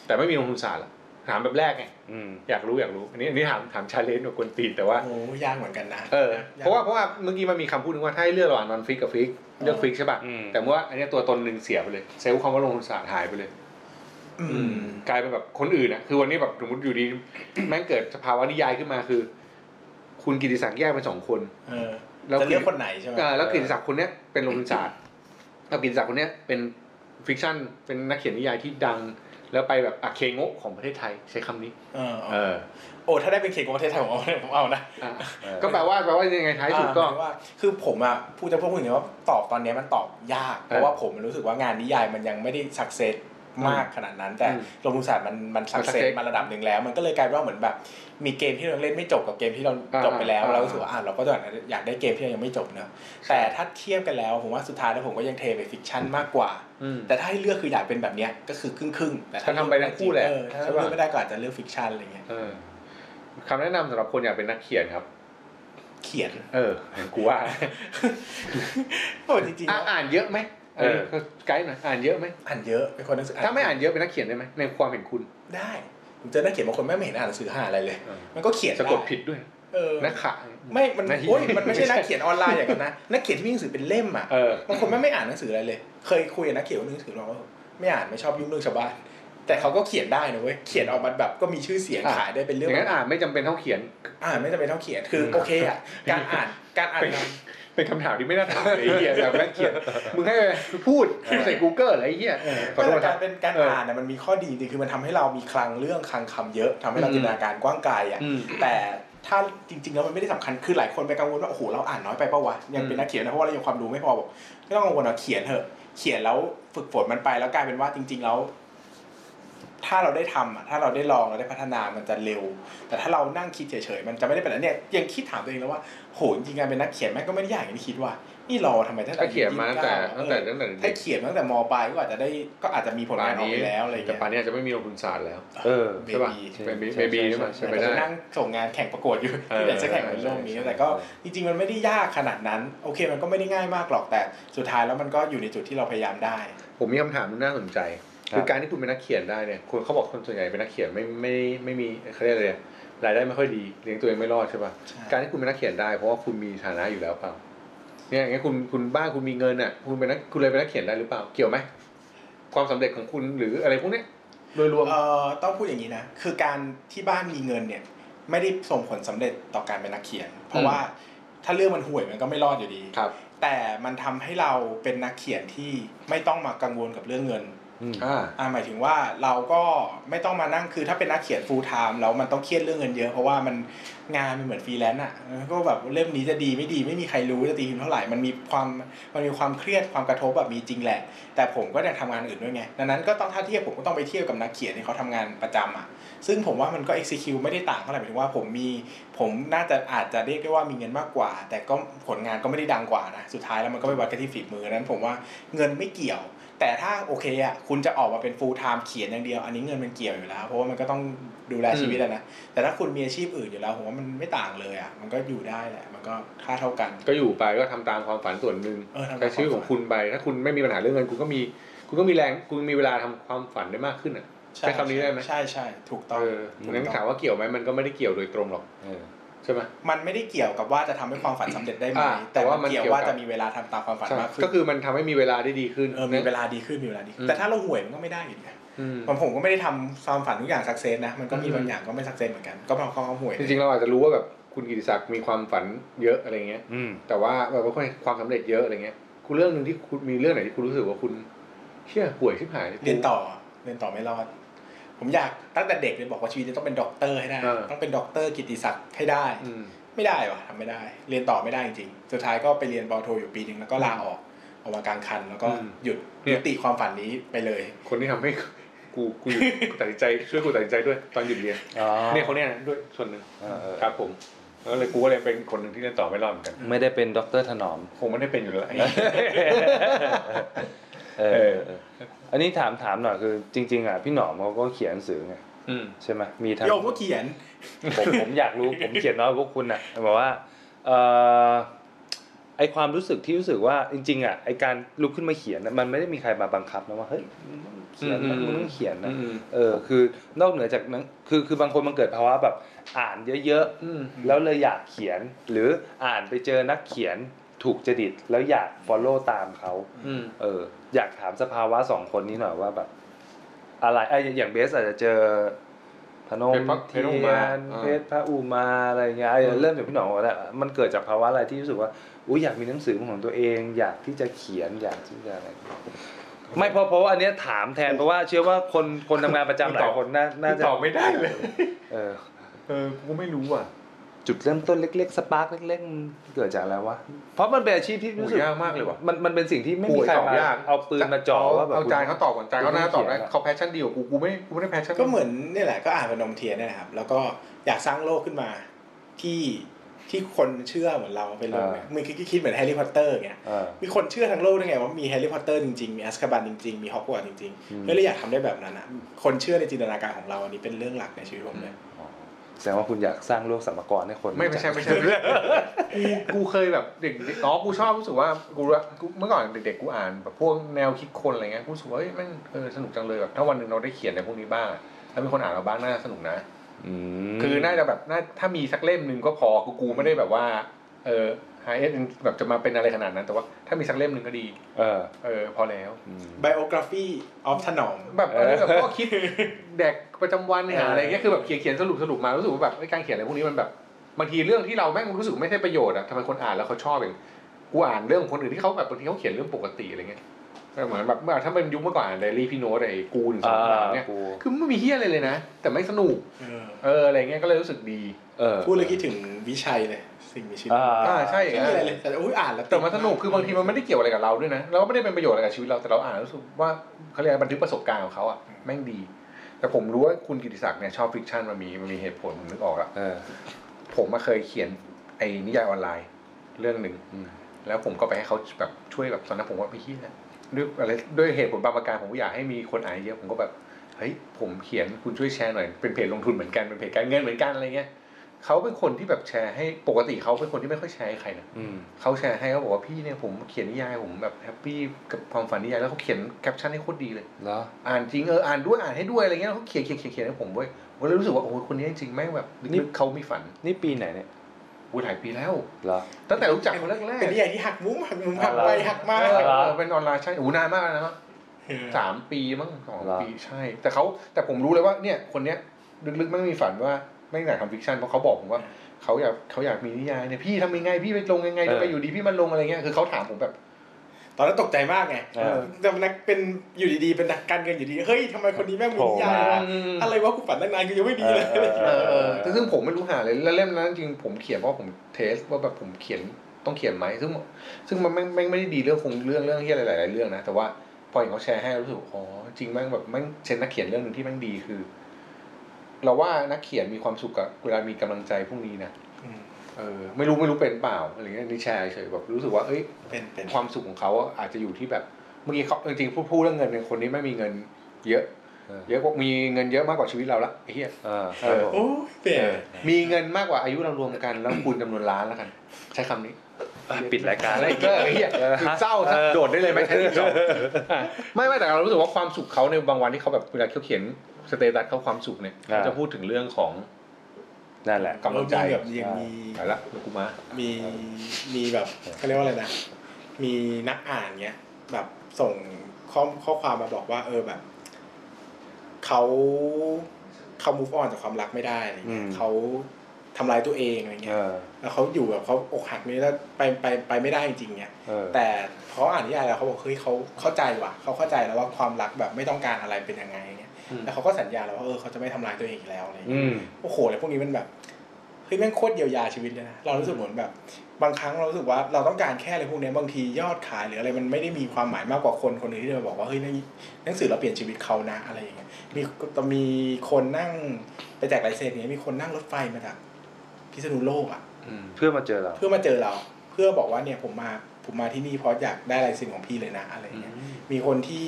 Speaker 1: แต่ไม่มีลงทุนศาสตร์ละถามแบบแรกไง
Speaker 2: อืม
Speaker 1: อยากรู้อยากรู้อันนี้อันนี้ถามถามชาเลนจ์กับคนตีนแต่ว่า
Speaker 3: โอ้ยากเหมือนกันนะ
Speaker 1: เออย
Speaker 3: ก
Speaker 1: เพราะว่าเพราะว่าเมื่อกี้มันมีคำพูดนึงว่าถ้าให้เลือกระหว่างนอนฟิกกับฟิกเลือกฟิกใช่ป่ะ
Speaker 2: อืม
Speaker 1: แต่ว่าอันเนี้ยตัวตนหนึ่งเสียไปเลยเซลล์คำว่าลงทุนศาสตร์หายไปเลย
Speaker 3: อืม
Speaker 1: กลายเป็นแบบคนอื่นอะคือวันนี้แบบสมมติอยู่ดี แม่งเกิดสภาวะนิยายขึ้นมาคือ คุณกิติศักดิ์แยกเป็นสองคน
Speaker 3: เออ
Speaker 1: แล้ว
Speaker 3: จะเลือกคนไหนใช่ไหม
Speaker 1: เอ่อแล้วกิติศักดิ์คนเนี้ยเป็นลงทุนศาสตร์แล้วกิติศักดิ์คนเนี้ยเป็นฟิกชั่น เป็นนักเขียนนิยายที่ดัง แล้วไปแบบอะเคงะของประเทศไทยใช้คำนี้
Speaker 3: เออ
Speaker 1: เออ
Speaker 3: โอ้ถ้าได้เป็นเขตของประเทศไทยผมเอา ผมเอานะ
Speaker 1: อ่ะก็แปลว่าแปลว่ายังไงท้ายสุดก็
Speaker 3: อ่าหมายว่า คือผมอ่ะพูดจะพูดอย่างเงี้ยว่าตอบตอนเนี้ยมันตอบยาก เพราะว่าผมรู้สึกว่างานนิยายมันยังไม่ได้สักเซสมากขนาดนั้น แต่
Speaker 1: อืม
Speaker 3: ลงทุนศาสตร์มันมันสักเซส
Speaker 1: success
Speaker 3: มาระดับหนึ่งแล้ว มันก็เลยกลายเป็นว่าเหมือนแบบมีเกมที่เราเล่นไม่จบกับเกมที่เรา
Speaker 1: อ่า
Speaker 3: จบไปแล้ว
Speaker 1: อ่า
Speaker 3: เรารู้สึกว่าอ่ะเราก็อยากอยากได้เกมที่เรายังไม่จบเนอะแต่ถ้าเทียบกันแล้วผมว่าสุดท้ายแล้วผมก็ยังเทไปฟิกชันมากกว่า
Speaker 1: อืม
Speaker 3: แต่ถ้าให้เลือกคืออยากเป็นแบบเนี้ยก็คือครึ่งครึ่งๆแต่
Speaker 1: ถ้าทำไปทั้งคู่แหละ
Speaker 3: เออถ้า
Speaker 1: ใช่
Speaker 3: เลื
Speaker 1: ปะ
Speaker 3: อกไม่ได้ก็อาจจะเลือกฟิกชันอะไรเงี้ย
Speaker 1: เออคำแนะนำสำหรับคนอยากเป็นนักเขียนครับ
Speaker 3: เขียน
Speaker 1: เออกูว่า
Speaker 3: โอ้จริงๆ
Speaker 1: อ่ะ
Speaker 3: แล้ว
Speaker 1: อ่านเยอะไหม
Speaker 2: เออ
Speaker 1: เออไกด์หน่อยอ่านเยอะไหม
Speaker 3: อ่านเยอะเป็นคนหนังสือ
Speaker 1: ถ้าไม่อ่านเยอะเป็นนักเขียนได้ไหมในความเห็นคุณ
Speaker 3: ได้ผมเจอนักเขียนบางคนแม่งไม่เห็นอ่านหนังสือหาอะไรเลย
Speaker 1: เออ
Speaker 3: มันก็เขียนไ
Speaker 1: สะกดผิดด้วย
Speaker 3: เออ
Speaker 1: นักขะ
Speaker 3: ไม่ มัน
Speaker 1: นักเขียน
Speaker 3: โอ้ยมันไม่ใช่นักเขียนออนไลน์อย่างนั้นนะ นักเขียนที่มีหนังสือเป็นเล่มอ่ะ
Speaker 1: เออบ
Speaker 3: างคนแม่งไม่อ่านหนังสืออะไรเลย เคยคุยกับนักเขียนคนหนึงถือเราว่าไม่อ่านไม่ชอบยุ่งเรื่องชาวบ้าน แต่เขาก็เขียนได้นะเว้ย เขียนออกมาแบบก็มีชื่อเสียงขายได้เป็น
Speaker 1: อ
Speaker 3: เรื่อง
Speaker 1: ย่างนั้นอ่านไม่จำเป็นต้องเขียน
Speaker 3: อ่านไม่จำเป็นต้องเขียน คือโอเค อ่ะ การอ่าน การอ่าน
Speaker 1: เป็น เป็นคำถามที่ไม่น่าถามเลยไอ้เหี้ยแบบนักเขียนมึงให้ไปพูดพูดใส่ Google อะไรอไอ้เหี้ยขอ
Speaker 3: ก็
Speaker 1: โทษ
Speaker 3: กา
Speaker 1: คั
Speaker 3: รร
Speaker 1: บ
Speaker 3: เป็นการ
Speaker 1: เอออ่
Speaker 3: อ่านน่ะมันมีข้อดีจริงคือมันทำให้เรามีคลังเรื่องคลังคำเยอะทำให้เรา
Speaker 1: อืม
Speaker 3: จินตนาการกว้างไกลอ่ะ
Speaker 1: อืม
Speaker 3: แต่ถ้าจริงๆแล้วมันไม่ได้สำคัญคือหลายคนไปกังวลว่าโอ้โหเราอ่านน้อยไปปะวะยังเป็
Speaker 1: อื
Speaker 3: น
Speaker 1: ม
Speaker 3: นักเขียนนะเพราะว่าเรายังความรู้ไม่พอบอกไม่ต้องกังวลเราเขียนเถอะเขียนแล้วฝึกฝนมันไปแล้วกลายเป็นว่าจริง ๆแล้ว ถ้าเราได้ทำอะถ้าเราได้ลองเราได้พัฒนามันจะเร็ว แต่ถ้าเรานั่งคิดเฉยๆมันจะไม่ได้เป็นอันเนี้ยยังคิดถามตัวเองแล้วว่าโหจริงๆการเป็นนักเขียนแม่งก็ไม่ได้ยากอย่างที่คิดว่า นี่รอทำไมตั้งแต่
Speaker 1: ถ้าเขียนมาตั้งแต่
Speaker 3: 29
Speaker 1: ตั้งแต่ตั้งแต่เด็
Speaker 3: ถ้าก เขียนตั้งแต่มปลายก็อาจจะได้ก็อาจจะมีผลงานออกไปแล้วอะไรอย่าง
Speaker 1: แต่
Speaker 3: เงี้ย
Speaker 1: ป่านนี้อาจจะไม่มีลงทุนศาสตร์แล้ว
Speaker 2: เออ
Speaker 3: เบ
Speaker 1: ใช่ป่ะ
Speaker 3: บี
Speaker 2: ใช่
Speaker 1: เป็น
Speaker 2: ใช่
Speaker 1: เบบี
Speaker 2: ใช่
Speaker 1: ใช่ไหมใช่ไป
Speaker 2: ใช่
Speaker 3: อาจ
Speaker 1: ได้
Speaker 3: จะนั่งส่งงานแข่งประกวดอยู่
Speaker 1: เออ
Speaker 3: ที่ไหนจะแข่งในโลกนี้
Speaker 1: ใช่ใช่
Speaker 3: แต่ก็จริงๆมันไม่ได้ยากขนาดนั้น โอเคมันก็ไม่ได้ง่ายมากหรอกแต่สุดท้ายแล้วมันก็อยู่ในจุดที่เราพยายามได้
Speaker 1: ผมมีคำถามที่น่าสนใจ
Speaker 2: ครับ
Speaker 1: คือการที่คุณเป็นนักเขียนได้เนี่ยคนเขาบอกคนส่วนใหญ่เป็นนักเขียนไม่ไม่ไม่มีเขาเรียกอะไรอะรายได้ไม่ค่อยดีเลี้ยงตัวเองไม่รอดใช่ป่ะ
Speaker 3: ใช่
Speaker 1: การที่คุณเป็นนักเขียนได้เพราะว่าคุณมีฐานะอยู่แล้วเปล่าจ เนี่ยอย่างเงี้ยคุณคุณบ้านคุณมีเงินอ่ะคุณเป็นนักคุณเลยเป็นนักเขียนได้หรือเปล่าเกี่ยวไหมความสำเร็จของคุณหรืออะไรพวกเนี้ยโดยรวม
Speaker 3: เอ่อต้องพูดอย่างนี้นะ คือการที่บ้านมีเงินเนี่ย ไม่ได้ส่งผลสำเร็จต่อการเป็นนักเขียน เพ
Speaker 1: อื
Speaker 3: ราะ
Speaker 1: ม
Speaker 3: ว่าถ้าเรื่องมันห่วยมันก็ไม่รอดอยู่ดี
Speaker 1: ครับ
Speaker 3: แต่มันทำให้เราเป็นนักเขียนที่ไม่ต้องมากังวลกับเรื่องเงิน
Speaker 2: อืม
Speaker 1: อ่า
Speaker 3: อ่าหมายถึงว่าเราก็ไม่ต้องมานั่งคือถ้าเป็นนักเขียน full time แล้วมันต้องเครียดเรื่องเงินเยอะ เพราะว่ามันงานมันเหมือนฟรีแลนซ์อ่ะแล้วก็แบบเล่มนี้จะดีไม่ดีไม่มีใครรู้จะตีพิมพ์เท่าไหร่มันมีความมันมีความเครียดความกระทบแบบมีจริงแหละ แต่ผมก็ยังทำงานอื่นด้วยไงดังนั้นก็ต้องถ้าเทียบผมก็ต้องไปเทียบกับนักเขียนที่เขาทำงานประจำอ่ะซึ่งผมว่ามันก็ execute ไม่ได้ต่างเท่าไหร่หมายถึงว่าผมมีผมน่าจะอาจจะเรียกได้ว่ามีเงินมากกว่า แต่ก็ผลงานก็ไม่ได้ดังกว่านะสุดท้ายแล้วมันก็ไปวัดกันที่ฝีมือดังนั้นผมว่าเงินไม่เกี่ยว แต่ถ้าโอเคอ่ะคุณจะออกมาเป็น full time เขียนอย่างเดียว อันนี้เงินมันเกี่ยวอยู่แล้ว เพราะว่ามันก็ต้องดูแล
Speaker 1: อืม
Speaker 3: ชีวิตอะนะแต่ถ้าคุณมีอาชีพอื่นอยู่แล้วผมว่ามันไม่ต่างเลยอ่ะมันก็อยู่ได้แหละมันก็ค่าเท่ากัน
Speaker 1: ก็อยู่ไปก็ทำตามความฝันส่วนหนึ่ง
Speaker 3: เออทำตาม
Speaker 1: ใช้ชีวิตของคุณไปถ้าคุณไม่มีปัญหาเรื่องเงินคุณก็มี คุณก็มีแรงคุณมีเวลาทำความฝันได้มากขึ้นอ่ะ ใช้คำนี้ได้ไหม
Speaker 3: ใช่ใช่ถูกต้อง
Speaker 1: เออ
Speaker 2: ถูกต้อง
Speaker 1: งั้นถามว่าเกี่ยวไหมมันก็ไม่ได้เกี่ยวโดยตรงหรอก
Speaker 2: เออ
Speaker 1: ใช่ไหม
Speaker 3: มันไม่ได้เกี่ยวกับว่าจะทำให้ความฝันสำเร็จได้ไหม
Speaker 1: อ่าแต่
Speaker 3: แต่
Speaker 1: ว่า
Speaker 3: ว่า
Speaker 1: มั
Speaker 3: มัน น
Speaker 1: เกี่
Speaker 3: เกี่
Speaker 1: ย
Speaker 3: ยว ว
Speaker 1: กับ
Speaker 3: ว่าจะมีเวลาทำตามความฝัน
Speaker 1: ใช่
Speaker 3: มากขึ้น
Speaker 1: ก็คือมันทำให้มีเวลาได้ดีขึ้น
Speaker 3: เออมีเว
Speaker 1: นะ
Speaker 3: ลาดีขึ้นมีเวลาดี
Speaker 1: อื
Speaker 3: ขึ้น
Speaker 1: ม
Speaker 3: แต่ถ้าเราห่วยมันก็ไม่ได้อีกนะ
Speaker 1: อืม
Speaker 3: ผมก็ไม่ได้ทำความฝันทุกอย่างสักเซสนะมันก็มี
Speaker 1: อืม
Speaker 3: บางอย่างก็ไม่สักเซสเหมือนกันก็เพราะความห่วย
Speaker 1: จริงๆเราอาจจะรู้ว่าแบบคุณกิติศักดิ์มีความฝันเยอะอะไรเงี้ย
Speaker 2: อืม
Speaker 1: แต่ว่าแบบว่าความสำเร็จเยอะอะไรเงี้ย คุณเรื่องหนึ่งที่คุณมีเรื่องไหนที่คุณรู้สึกว่าคุณเชี่ยห่วยชิบหายลกู
Speaker 3: เรียนต่อเรียนต่อไม่รอด ผมอยากตั้งแต่เด็กเลยบอกว่าชีวิตจะต้องเป็นด็อกเตอร์ให้ได้
Speaker 1: เออ
Speaker 3: ต้องเป็นด็อกเตอร์กิตติศักดิ์ให้ได้
Speaker 1: อืม
Speaker 3: ไม่ได้วะทำไม่ได้ เรียนต่อไม่ได้จริงๆสุดท้ายก็ไปเรียนปอโทอยู่ปีหนึ่งแล้วก็ลาออกออกมากลางคันแล้วก็
Speaker 1: อืม
Speaker 3: หยุด
Speaker 1: เนี่ย
Speaker 3: ยุติความฝันนี้ไปเลย
Speaker 1: คนที่ทำให้ กูกูหยุด กูตัดสินใจช่วยกูตัดสินใจด้วยตอนหยุดเรียน
Speaker 2: อ๋อ
Speaker 1: เนี่ยคนเนี้ยนะด้วยส่วนหนึ่ง
Speaker 2: เออเออ
Speaker 1: ครับผมแล้วเลยกูก็เลยเป็นคนหนึ่งที่เรียนต่อไม่รอดเหมือนกัน
Speaker 2: ไม่ได้เป็นดอกเตอรถนอม
Speaker 1: คงไม่ได้เป็นอยู่แล้ว
Speaker 2: เออเออเอออันนี้ถามถามหน่อยคือจริง ๆอ่ะพี่หนอมเขาก็เขียนหนังสือไง
Speaker 1: อืม
Speaker 2: ใช่ไหมมีทั้ง
Speaker 3: โยมก็เขียน
Speaker 2: ผมผมอยากรู้ ผมเขียนน้อยกว่าพวกคุณอ่ะบอกว่าเออไอความรู้สึกที่รู้สึกว่าจริง ๆ อ่ะไอการลุกขึ้นมาเขียนน่ะมันไม่ได้มีใครมาบังคับนะว่าเฮ้ยมึงต้องเขียนนะ
Speaker 1: อืม
Speaker 2: มึงต้องเขียน
Speaker 1: อื
Speaker 2: นะ
Speaker 1: ม
Speaker 2: เออคือนอกเหนือจากนั้นคือคือบางคนมันเกิดภาวะแบบอ่านเยอะ
Speaker 1: อืม
Speaker 2: ๆแล้วเลยอยากเขียน หรืออ่านไปเจอนักเขียนถูกจริตแล้วอยาก follow ตามเขา
Speaker 1: อืม
Speaker 2: เอออยากถามสภาวะสองคนนี้หน่อยว่าแบบ อะไรไอ้ยอย่างเบสอาจจะเจอพนม
Speaker 1: เพชรพระเพ
Speaker 2: เที
Speaker 1: ชรอุ
Speaker 2: ย
Speaker 1: มาน อ่า
Speaker 2: เพชรพระอุมาอะไรเงี้ยไอ้
Speaker 1: อืม
Speaker 2: เริ่มจากพี่หนองก่อนแหละมันเกิดจากภาวะอะไรที่รู้สึกว่าอุ้ยอยากมีหนังสือเป็นของตัวเอง อยากที่จะเขียนอยากที่จะอะไรไม่เพราะเพราะว่าอันเนี้ยถามแทนเพราะว่าเชื่อว่าคนคนทำงานประจำหลายคนน่าน่าจะ
Speaker 1: ตอบไม่ได้เลย
Speaker 2: เออ
Speaker 1: เออกูไม่รู้อ่ะ
Speaker 2: จุดเริ่มต้นเล็ก ๆ สปาร์กเล็กๆมันเกิดจากอะไรวะเพราะมันเป็นอาชีพที่
Speaker 1: โห
Speaker 2: รู้สึก
Speaker 1: ยากมากเลยว่ะ
Speaker 2: มันมันเป็นสิ่งที่ไม่มีใคร
Speaker 1: โหตอบ
Speaker 2: มาย
Speaker 1: าก
Speaker 2: เอาปืนมาจ่อว่าแบบ
Speaker 1: เอาจานเขาตอบก่อนจานเขาน่าจะตอบได้
Speaker 2: คุณม่เขียนอะ
Speaker 1: เขาแพชชั่นดีกว่ากูกูไม่กูไม่ได้แพชชั่น
Speaker 3: ก็เหมือนนี่แหละก็อ่านพนมเทียนเนี่ยนะครับ แล้วก็อยากสร้างโลกขึ้นมา ที่ที่คนเชื่อเหมือนเราเป็นโลกเนี่ย
Speaker 2: อ่ามึ
Speaker 3: มึงคิดคิดเหมือนแฮร์รี่พอตเตอร์เงี้ย
Speaker 2: เออ
Speaker 3: มีคนเชื่อทั้งโลกได้ไงว่ามีแฮร์รี่พอตเตอร์จริงๆ มีอัสคาบันจริงๆ มีฮอกวอตส์จริง
Speaker 2: อืม
Speaker 3: ๆก็เลยอยากทำได้แบบนั้นอ่ะคนเชื่อในจินตนาการของเราอันนี้เป็นเรื่องหลักในชีวิตผมเลย
Speaker 2: อ๋อแสดงว่าคุณอยากสร้างโลกสมกรให้คน
Speaker 1: ไม่ไม่ใช่ ไม่ใช่เรื่องกูกูเคยแบบเด็กๆอ๋อกูชอบรู้สึกว่ากูว่ากูเมื่อก่อนเด็กๆกูอ่านแบบพวกแนวคิดคนอะไรเงี้ยกูรู้สึกว่าเอ้ยแม่งเออสนุกจังเลยแบบถ้าวันหนึ่งเราได้เขียนอะไรพวกนี้บ้างอะแล้วมีคนอ่านเราบ้างน่าสนุกนะ
Speaker 2: อืม
Speaker 1: คือน่าจะแบบน่าถ้ามีสักเล่มหนึ่งก็พอกูกูไม่ได้แบบว่า เออไฮเอ็แบบจะมาเป็นอะไรขนาดนั้น แต่ว่าถ้ามีสักเล่มหนึ่งก็ดี
Speaker 2: เออ
Speaker 1: เออ พอแล้ว
Speaker 2: อืม
Speaker 3: biography of ถนอม
Speaker 1: แบบเอ
Speaker 2: เอ
Speaker 1: อ
Speaker 2: อ
Speaker 1: แบบข้อคิดแดกประจำวันเนี่ย
Speaker 2: เอออ
Speaker 1: อะไรเงี้ยคือแบบเขียนเขียนสรุปสรุปมารู้สึกว่าแบบเอ้ยการเขียนอะไรพวกนี้มันแบบบางทีเรื่องที่เราแม่งรู้สึกไม่ใช่ประโยชน์อะทำไมคนอ่านแล้วเขาชอบอย่างกูอ่านเรื่องของคนอื่นที่เขาแบบบางทีเขาเขียนเรื่องปกติอะไรเงี้ยเออเหมือนแบบเมื่อถ้าเป็นยุคเมื่อก่อนอ่านไดอารี่พี่โน้ตไอ้กูหนึ่งสองสามเนี่ย
Speaker 2: กู
Speaker 1: คือไม่มีเฮี้ยอะไรเลยนะ แต่ไม่สนุกเอออะไรเงี้ยก็เลยรู้สึกดี
Speaker 2: เออ
Speaker 3: พูดเลยคิดถึงวิชัยเลย สิ่งมีชีวิต
Speaker 2: อ่า
Speaker 1: อ่าใช่
Speaker 3: ไม่มีอะไรเลยแต่อุ้ยอ่านแล้ว
Speaker 1: แต่มันสนุกคือบางทีมันไม่ได้เกี่ยวอะไรกับเราด้วยนะเราก็ไม่ได้เป็นประโยชน์อะไรกับชีวิตเราแต่เราอ่านแล้วรู้สึกว่าเขาเรียกอะไรบันทึกประสบการณ์ของเขาอ่ะแม่งดี แต่ผมรู้ว่าคุณกิติศักดิ์เนี่ยชอบฟิกชันมันมีมันมีเหตุผลผมนึกออกละ
Speaker 2: เออ
Speaker 1: ผมมาเคยเขียนไอ้นิยายออนไลน์เรื่องหนึ่ง
Speaker 2: อืม
Speaker 1: แล้วผมก็ไปให้เขาแบบช่วยแบบตอนนั้นผมว่าไม่เฮี้ยด้วยอะไรด้วยเหตุผลบางประการผมก็อยากให้มีคนอ่านเยอะผมก็แบบเฮ้ยผมเขียนคุณช่วยแชร์หน่อยเป็นเพจลงทุนเหมือนกันเป็นเพจการเงินเหมือนกันอะไรเงี้ยเขาเป็นคนที่แบบแชร์ให้ปกติเขาเป็นคนที่ไม่ค่อยแชร์ให้ใครนะ
Speaker 2: อืม
Speaker 1: เขาแชร์ให้เขาบอกว่าพี่เนี่ยผมเขียนนิยายผมแบบแฮปปี้กับความฝันนิยายแล้วเขาเขียนแคปชั่นให้โคตรดีเลย
Speaker 2: เหรอ
Speaker 1: อ่านจริงเอออ่านด้วยอ่านให้ด้วยอะไรเงี้ยแล้วเขาเขียนเขียนเขียนเขียนให้ผมเว้ยผมเลยรู้สึกว่าโอ้ยคนนี้จริงๆแม่งแบบลึกๆเขามีฝัน
Speaker 2: นี่ปีไหนเนี่ย
Speaker 1: อุ้ยหลายปีแล้ว
Speaker 2: เหรอ
Speaker 1: ตั้งแต่รู้จักคนแรก
Speaker 3: เป็นนิ
Speaker 1: ๆ
Speaker 3: ยายที่หักมุมหักมุมหักไปหักมา
Speaker 1: เอก อ
Speaker 2: เหรอ
Speaker 1: เป็นออนไลน์ใช่อู้นานมากแล้วนะ
Speaker 3: เออ
Speaker 1: สามปีมั้งสอง
Speaker 2: เหรอ
Speaker 1: ปีใช่ แต่เขาแต่ผมรู้เลยว่าเนี่ยคนเนี้ยลึกๆไม่มีฝันว่าไม่อยากทำฟิกชันเพราะเขาบอกผมว่าเขาอยากเขาอยากมีนิยายเนี่ยพี่ทำยังไงพี่ไปลงยังไง
Speaker 2: เออ
Speaker 1: ทำไมอยู่ดีพี่มันลงอะไรเงี้ยคือเขาถามผมแบบ
Speaker 3: ตอนนั้นตกใจมากไง
Speaker 2: เออ
Speaker 3: แต่มันเป็นอยู่ดีๆเป็นนักการเงินอยู่ดีเฮ้ยทำไมคนนี้แม่งมีนิยาย
Speaker 2: โผล่
Speaker 3: วะ
Speaker 2: มา
Speaker 3: อะไรวะกูฝันตั้งนานกูยังไม่มีเลย
Speaker 2: เออ
Speaker 1: เอ
Speaker 2: เออ
Speaker 1: อเออแต่ซึ่งผมไม่รู้หาเลยแล้วเล่มนั้นจริงผมเขียนเพราะผมเทสว่าแบบผมเขียนต้องเขียนไหมซึ่งซึ่งมันแม่งแม่งไม่ได้ดีเรื่องคงเรื่องเรื่องที่อะไรหลายๆเรื่องนะแต่ว่าพอเห็นเขาแชร์ให้รู้สึกอ๋อจริงแม่งแบบแม่งเชนนักเขียนเรื่องหนึ่งที่แม่งดีคือ เราว่านักเขียนมีความสุขกับเวลามีกำลังใจพวกนี้นะ
Speaker 3: อืม
Speaker 1: เออไม่รู้ไม่รู้เป็นเปล่าอะไรเงี้ยนี่แชร์เฉยแบบรู้สึกว่าเอ้ย
Speaker 3: เป็นเป็น
Speaker 1: ความสุขของเขาอะอาจจะอยู่ที่แบบเมื่อกี้เขาจริงๆพูดพูดเรื่องเงินเนี่ยคนนี้ไม่มีเงิน เยอะ
Speaker 2: เออ
Speaker 1: เยอะกว่ามีเงินเยอะมากกว่าชีวิตเราละไอ้เหี้ย
Speaker 2: เออ
Speaker 1: เออ
Speaker 2: ครับผม
Speaker 3: โอ้ยเปลี่ยน
Speaker 1: มีเงินมากกว่าอายุเรารวมกัน แล้วคูณจำนวนล้านแล้ว กัน ใช้คำนี้
Speaker 2: อ่ะปิดรายการ
Speaker 1: อะไรก็ไอ้เหี้ยคือ เศร้าซะ
Speaker 2: เออ
Speaker 1: โดดได้เลยไหมใช่ที่สอง ไม่ไม่แต่เรารู้สึกว่าความสุขเขาในบางวันที่เขาแบบเวลาเขาเขียนสเตตัสเขาความสุขเนี่ยเขาจะพูดถึงเรื่องของ
Speaker 2: นั่นแหละ
Speaker 1: กำลังใจ
Speaker 3: เออมีแบบยังมี
Speaker 1: ไปละเดี๋ยวกูมา
Speaker 3: มีมีแบบเขาเรียกว่าอะไรนะ มีนักอ่านเงี้ย แบบส่งข้อข้อความมาบอกว่า เออแบบเขาเขา move on จากความรักไม่ได้อะไรเงี้ย
Speaker 2: อืม
Speaker 3: เขาทำลายตัวเองอะไร
Speaker 2: เอ
Speaker 3: เงี้ย
Speaker 2: อ
Speaker 3: แล้วเขาอยู่แบบเขาอกหักนี้แล้วไปไปไปไม่ได้จริงๆเงี้ย
Speaker 2: เออ
Speaker 3: แต่พออ่านนิยายแล้วเขาบอกเฮ้ยเขาเข้าใจว่ะเขาเข้าใจแล้วว่าความรักแบบไม่ต้องการอะไรเป็นยังไงเงี้ย
Speaker 2: อืม
Speaker 3: แล้วเขาก็สัญญาแล้วว่าเออเขาจะไม่ทำลายตัวเองอีกแล้วอะไร
Speaker 2: อื
Speaker 3: เงี้ย
Speaker 2: ม
Speaker 3: โอ้โหอะไรพวกนี้มันแบบเฮ้ยแม่งโคตรเยียวยาชีวิตเลยนะเรารู้สึกเหมือนแบบ บางครั้งเรารู้สึกว่าเราต้องการแค่อะไรพวกเนี้ยบางทียอดขายหรืออะไรมันไม่ได้มีความหมายมากกว่าคนคนหนึงที่จะมาบอกว่าเฮ้ยนี่หนังสือเราเปลี่ยนชีวิตเขานะอะไรอย่างเงี้ยมีมีคนนั่งไปแจกลายเซ็นเนี้ยมีคนนั่งรถไฟมาจากพิษณุโลกอ่ะ
Speaker 1: อืม
Speaker 2: เพื่อมาเจอเรา
Speaker 3: เพื่อมาเจอเราเพื่อบอกว่าเนี่ยผมมาผมมาที่นี่เพราะอยากได้ลายเซ็นของพี่เลยนะอะไรเงี้ยมีคนที่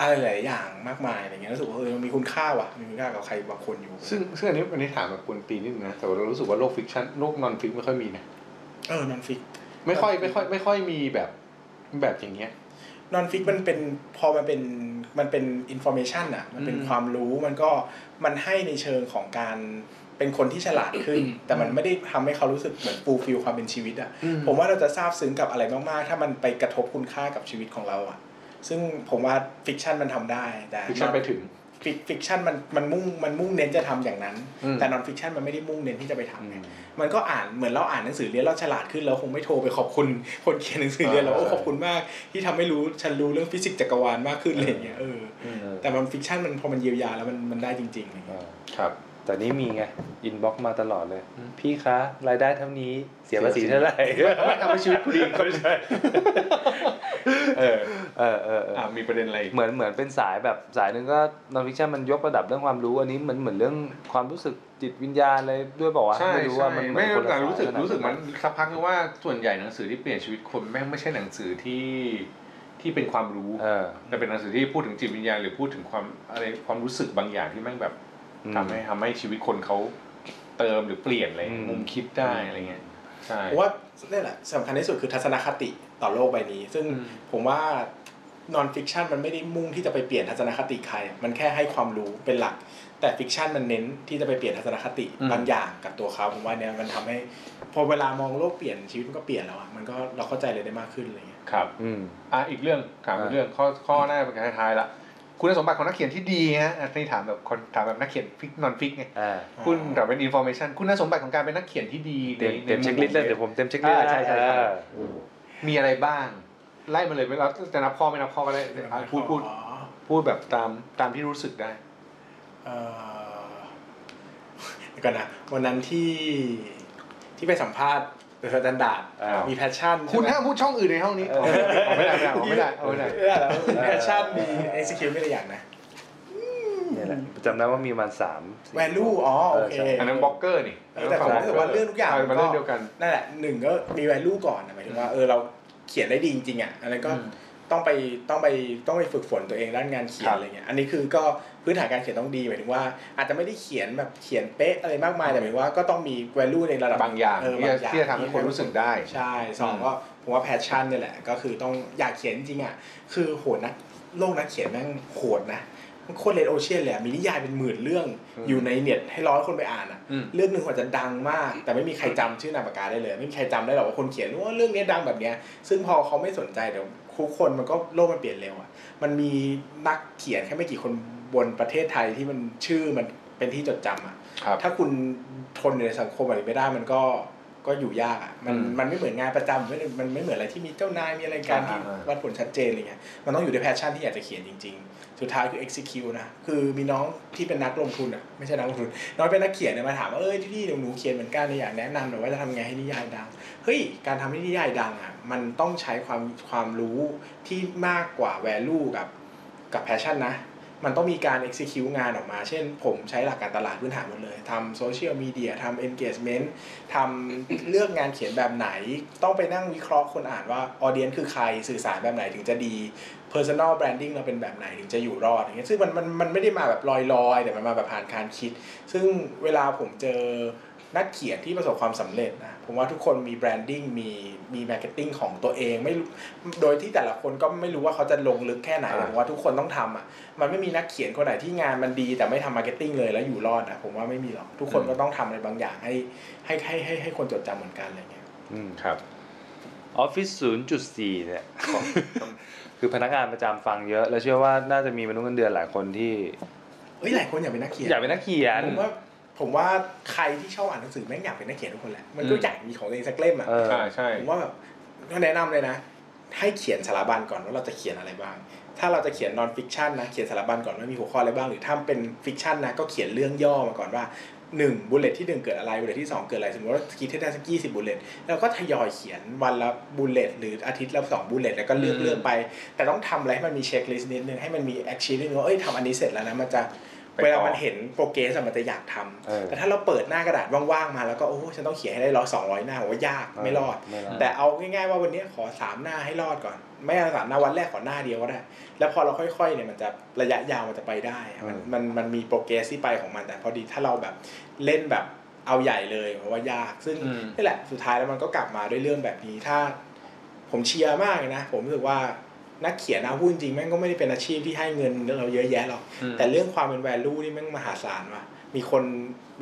Speaker 3: อะไรหลายอย่างมากมายอะไรเงี้ยรู้สึกว่าเออมันมีคุณค่าว่ะมีคุณค่ากับใครบางคนอยู่
Speaker 1: ซึ่งซึ่งอันนี้อันนี้ถามแบบคนตีนิดนึงนะแต่ว่าเรารู้สึกว่าโลกฟิกชันโลกนอนฟิกไม่ค่อยมีนะ
Speaker 3: เออนอนฟิก
Speaker 1: ไม่ค่อยไม่ค่อยไม่ค่อยมีแบบแบบอย่างเงี้ย
Speaker 3: นอนฟิกมันเป็นพอมันเป็นมันเป็นอินโฟเมชันอ่ะมันเป็น
Speaker 1: อืม
Speaker 3: ความรู้มันก็มันให้ในเชิงของการเป็นคนที่ฉลาดขึ้น แต่มันไม่ได้ทำให้เขารู้สึกเหมือนฟูลฟิลความเป็นชีวิตอ่ะ
Speaker 1: อืม
Speaker 3: ผมว่าเราจะซาบซึ้งกับอะไรมากๆ ถ้ามันไปกระทบคุณค่ากับชีวิตของเราอ่ะ ซึ่งผมว่าฟิกชันมันทำได้แต่
Speaker 1: ฟิกชันไปถึง
Speaker 3: ฟิกฟิกชันมันมันมุ่งมันมุ่งเน้นจะทำอย่างนั้น
Speaker 1: อืม
Speaker 3: แต่นอนฟิกชันมันไม่ได้มุ่งเน้นที่จะไปทำไงมันก็อ่านเหมือนเราอ่านหนังสือเรียนเราฉลาดขึ้นเราคงไม่โทรไปขอบคุณคนเขียนหนังสือเรียนเราโอ้ขอบคุณมาก ที่ทำให้รู้ฉันรู้เรื่องฟิสิกส์จักรวาลมากขึ้นอะไรอย่างเงี้ยเออ
Speaker 2: เออ
Speaker 3: แต่มันฟิกชันมันพอมันเยียวยาแล้วมันมันได้จริงๆอะไร
Speaker 2: เอ
Speaker 3: เงี้ย
Speaker 2: อ
Speaker 1: ครับ
Speaker 2: แต่นี้มีไง อินบ็อกมาตลอดเลย
Speaker 1: อืม
Speaker 2: พี่คะ รายได้เท่านี้ เสียภาษีเท่าไหร่
Speaker 1: ไม่ทำให้ชีวิตกูดีก็ใช่เออ
Speaker 2: เออเออเออ
Speaker 1: อ่ะมีประเด็นอะไรอีก
Speaker 2: เหมือนเหมือนเป็นสายแบบสายหนึ่งก็นอนฟิกชันมันยกระดับเรื่องความรู้อันนี้เหมือนเหมือนเรื่องความรู้สึกจิตวิญญาณอะไรด้วยบอกว่าวะ
Speaker 1: ใช่
Speaker 2: ไม่รู้
Speaker 1: ใช่
Speaker 2: ว่ามันเหมือ
Speaker 1: ไม่
Speaker 2: นคนละ
Speaker 1: แต่
Speaker 2: สาย
Speaker 1: รู้สึกรู้
Speaker 2: ขนาด
Speaker 1: สึกมันสักพักนึงว่าส่วนใหญ่หนังสือที่เปลี่ยนชีวิตคนแม่งไม่ใช่หนังสือที่ที่เป็นความรู้
Speaker 2: เออ
Speaker 1: แต่เป็นหนังสือที่พูดถึงจิตวิญญาณหรือพูดถึงความอะไรความรู้สึกบางอย่างที่แม่งแบบ
Speaker 2: อืม
Speaker 1: ทำให้ทำให้ชีวิตคนเขาเติมหรือเปลี่ยนอะไร
Speaker 2: อืม
Speaker 1: มุมคิดได้อะไรเงี้ยใช่
Speaker 3: ผมว่าเนี่ยแหละสำคัญที่สุดคือทัศนคติต่อโลกใบนี้ ซึ่ง
Speaker 1: อืม
Speaker 3: ผมว่านอนฟิกชันมันไม่ได้มุ่งที่จะไปเปลี่ยนทัศนคติใคร มันแค่ให้ความรู้เป็นหลัก แต่ฟิกชันมันเน้นที่จะไปเปลี่ยนทัศนคติ
Speaker 1: อืม
Speaker 3: บางอย่างกับตัวเขาผมว่าเนี่ยมันทำให้พอเวลามองโลกเปลี่ยนชีวิตมันก็เปลี่ยนแล้วอ่ะมันก็เราเข้าใจเลยได้มากขึ้นอะไรเงี้ย
Speaker 1: ครับ
Speaker 2: อืม
Speaker 1: อ่ะอีกเรื่องถามอีก
Speaker 2: อ่ะ
Speaker 1: เรื่องข้อข้อหน้าเป็นการท้ายๆละคุณสมบัติของนักเขียนที่ดีฮะอันนี่ถามแบบคนถามแบบนักเขียนฟิกนอนฟิกไง
Speaker 2: อ่า
Speaker 1: คุณถามเป็นอินโฟ a t ชันคุณสมบัติของการเป็นนักเขียนที่ดีใน
Speaker 2: เต็
Speaker 1: ใน
Speaker 2: มเต็มเช็คลิสต์เลยเดี๋ยวผมเต็มเช็คลิสต์
Speaker 1: อ่าใช่ใช่ใช่
Speaker 2: เออ
Speaker 1: มีอะไรบ้าง ไล่มาเลยไม่รับจะนับข้อไม่นับข้อก็ได้อ่ะพูดพูด
Speaker 3: อ๋อ
Speaker 1: พูดแบบตามตามที่รู้สึกได้
Speaker 3: เอ่อเดี๋ยวก่อนนะวันนั้นที่ที่ไปสัมภาษณ์เดอะสแตนดาร์ด
Speaker 1: อ้าว
Speaker 3: มีแพชชั่น
Speaker 1: คุณห้ามพูดช่องอื่นในห้องนี้เอาไม่ได้เอาไม่ได้เอาไม่ได้เอาไม่ได้
Speaker 3: เออแล้วแพชชั่นมี execute ไม่ได้อย่างนะ
Speaker 2: เนี่ยแหละจำได้ว่ามีประมันสามสี่
Speaker 3: value อ๋อโอเค
Speaker 1: อันนั้นบล็อกเกอร์นี่
Speaker 3: แต่ผมรู้สึกว่าเรื่องทุกอย่าง
Speaker 1: มันเรื่องเดียวกัน
Speaker 3: นั่นแหละหนึ่งก็มี value ก่อนนะหมายถึงว่าเออเราเขียนได้ดีจริงๆอ่ะอันนั้นก็
Speaker 1: อืม
Speaker 3: ต้องไปต้องไปต้องไปฝึกฝนตัวเองด้านงานเขีย
Speaker 1: ครั
Speaker 3: น
Speaker 1: บ
Speaker 3: อะไรเงี้ยอันนี้คือก็พื้นฐานการเขียนต้องดีหมายถึงว่า อาจจะไม่ได้เขียนแบบเขียนเป๊ะอะไรมากมายแต่หมายถึงว่าก็ต้องมี value ในระดับบ
Speaker 1: างอย่าง
Speaker 3: เ
Speaker 1: ที่จะที่จะทำให้คนรู้สึกได้
Speaker 3: ใช่สองก็ผมว่าแพชชั่นเนี่ยแหละ ก็คือต้องอยากเขียนจริงๆอ่ะคือโหดนะโลกนักเขียนแม่งโหดนะ มันโคตรเลดโอเชียนเลยอะมีนิยายเป็นหมื่นเรื่อง
Speaker 1: อืม
Speaker 3: อยู่ในเน็ตให้ร้อยคนไปอ่านอ่ะ
Speaker 1: อืม
Speaker 3: เรื่องหนึ่งอาจจะดังมาก แต่ไม่มีใครจำชื่อนามปากกาได้เลย ไม่มีใครจำได้หรอกว่าคนเขียนว่าเรื่องนี้ดังแบบเนี้ย ซึ่งพอเขาไม่สนใจเดี๋ยวทุกคนมันก็โลกมันเปลี่ยนเร็วอ่ะมันมีนักเขียนแค่ไม่กี่คนบนประเทศไทยที่มันชื่อมันเป็นที่จดจำอ่ะ
Speaker 1: ครับ
Speaker 3: ถ้าคุณทนอยู่ในสังคมแบบนี้ไม่ได้มันก็ก็อยู่ยากอ่ะมัน
Speaker 1: อืม
Speaker 3: มันไม่เหมือนงานประจำไม่ได้มันไม่เหมือนอะไรที่มีเจ้านายมีอะไรการที่
Speaker 1: อ่าอ่า
Speaker 3: วัดผลชัดเจนอะไรเงี้ยมันต้องอยู่ในแพชชั่นที่อยากจะเขียนจริง ๆ สุดท้ายคือ execute นะคือมีน้องที่เป็นนักลงทุนอ่ะไม่ใช่นักลงทุนน้องเป็นนักเขียนเนี่ยมาถามว่าเอ้ยพี่เดี๋ยวหนูเขียนเหมือนกันเนี่ยอยากแนะนำหน่อยว่าจะทำไงให้นิยายดังเฮ้ยการทำให้นิยายดังอ่ะมันต้องใช้ความความรู้ที่มากกว่า value กับกับแพชชั่นนะ มันต้องมีการ execute งานออกมา เช่น ผมใช้หลักการตลาดพื้นฐานหมดเลย ทำโซเชียลมีเดีย ทำ engagement ทำ เลือกงานเขียนแบบไหน ต้องไปนั่งวิเคราะห์คนอ่านว่า audience คือใคร สื่อสารแบบไหนถึงจะดี personal branding เราเป็นแบบไหนถึงจะอยู่รอดอย่างเงี้ย ซึ่งมันมันมันไม่ได้มาแบบลอยๆ แต่มันมาแบบผ่านการคิด ซึ่งเวลาผมเจอนักเขียนที่ประสบความสำเร็จนะ ผมว่าทุกคนมี branding มีมี marketing ของตัวเอง ไม่รู้โดยที่แต่ละคนก็ไม่รู้ว่าเขาจะลงลึกแค่ไหน
Speaker 1: อ่า
Speaker 3: ผมว่าทุกคนต้องทำอ่ะ มันไม่มีนักเขียนคนไหนที่งานมันดีแต่ไม่ทำมาร์เก็ตติ้งเลยแล้วอยู่รอดนะผมว่าไม่มีหรอก ทุกคน
Speaker 1: อืม
Speaker 3: ก็ต้องทำอะไรบางอย่างให้ให้ให้ให้ให้คนจดจำเหมือนกันอะไรเงี้ย
Speaker 1: ครับ
Speaker 2: ออฟฟิศ0.4 เนี่ย คือพนักงานประจำฟังเยอะ แล้วเชื่อว่าน่าจะมีมนุษย์เงินเดือนหลายคนที่
Speaker 3: เอ้ยหลายคนอยากเป็นนักเขียน
Speaker 2: อยากเป็นนักเขียน
Speaker 3: ผมว่าผมว่าใครที่ชอบอ่านหนังสือแม่งอยากเป็นนักเขียนทุกคนแหละมันก็อยากมีของตัวเองสักเล่มอ่ะ
Speaker 2: เออ
Speaker 1: ใช่ใช่
Speaker 3: ผมว่าแบบก็แนะนำเลยนะ ให้เขียนสารบัญก่อนว่าเราจะเขียนอะไรบ้าง ถ้าเราจะเขียนนอนฟิกชันนะเขียนสารบัญก่อนว่ามีหัวข้ออะไรบ้าง หรือถ้าเป็นฟิกชันนะก็เขียนเรื่องย่อมาก่อนว่าหนึ่งบุลเลตที่หนึ่งเกิดอะไรบุลเลตที่สองเกิดอะไรสมมติว่าคิดให้ได้สักยี่สิบบุลเลต แล้วก็ทยอยเขียนวันละบุลเลตหรืออาทิตย์ละสองบุลเลตแล้วก็เลือก
Speaker 1: อืม
Speaker 3: เลือกไป แต่ต้องทำอะไรให้มันมีเช็คลิสต์นิดนึง ให้มันมีแอคชั่นนิดนึงว่าเอ้ยทำอันนี้เสร็จแล้วนะมันจะ
Speaker 1: ไปต่อ
Speaker 3: เวลามันเห็นโปรเกรสมันจะอยากทำ
Speaker 2: เออ
Speaker 3: แต่ถ้าเราเปิดหน้ากระดาษว่างๆมาแล้วก็โอ้ยฉันต้องเขียนให้ได้ร้อยสองร้อยหน้าผมว่ายากไม่รอด
Speaker 2: ไม่รอด
Speaker 3: แต่เอาง่ายๆว่าวันนี้ขอสามหน้าให้รอดก่อน ไม่เอาสามหน้าวันแรกขอหน้าเดียวก็ได้ แล้วพอเราค่อยๆเนี่ยมันจะระยะยาวมันจะไปได้อะมัน
Speaker 2: เออ
Speaker 3: มันมันมีโปรเกรสที่ไปของมันแต่พอดีถ้าเราแบบเล่นแบบเอาใหญ่เลยเพราะว่ายากซึ่ง
Speaker 1: อืม
Speaker 3: นี่แหละสุดท้ายแล้วมันก็กลับมาด้วยเรื่องแบบนี้ถ้า ผมเชียร์มากเลยนะ ผมรู้สึกว่านักเขียนนะพูดจริงๆแม่งก็ไม่ได้เป็นอาชีพที่ให้เงินเราเยอะแยะหรอก
Speaker 1: อืม
Speaker 3: แต่เรื่องความเป็น value นี่แม่งมหาศาลว่ะมีคน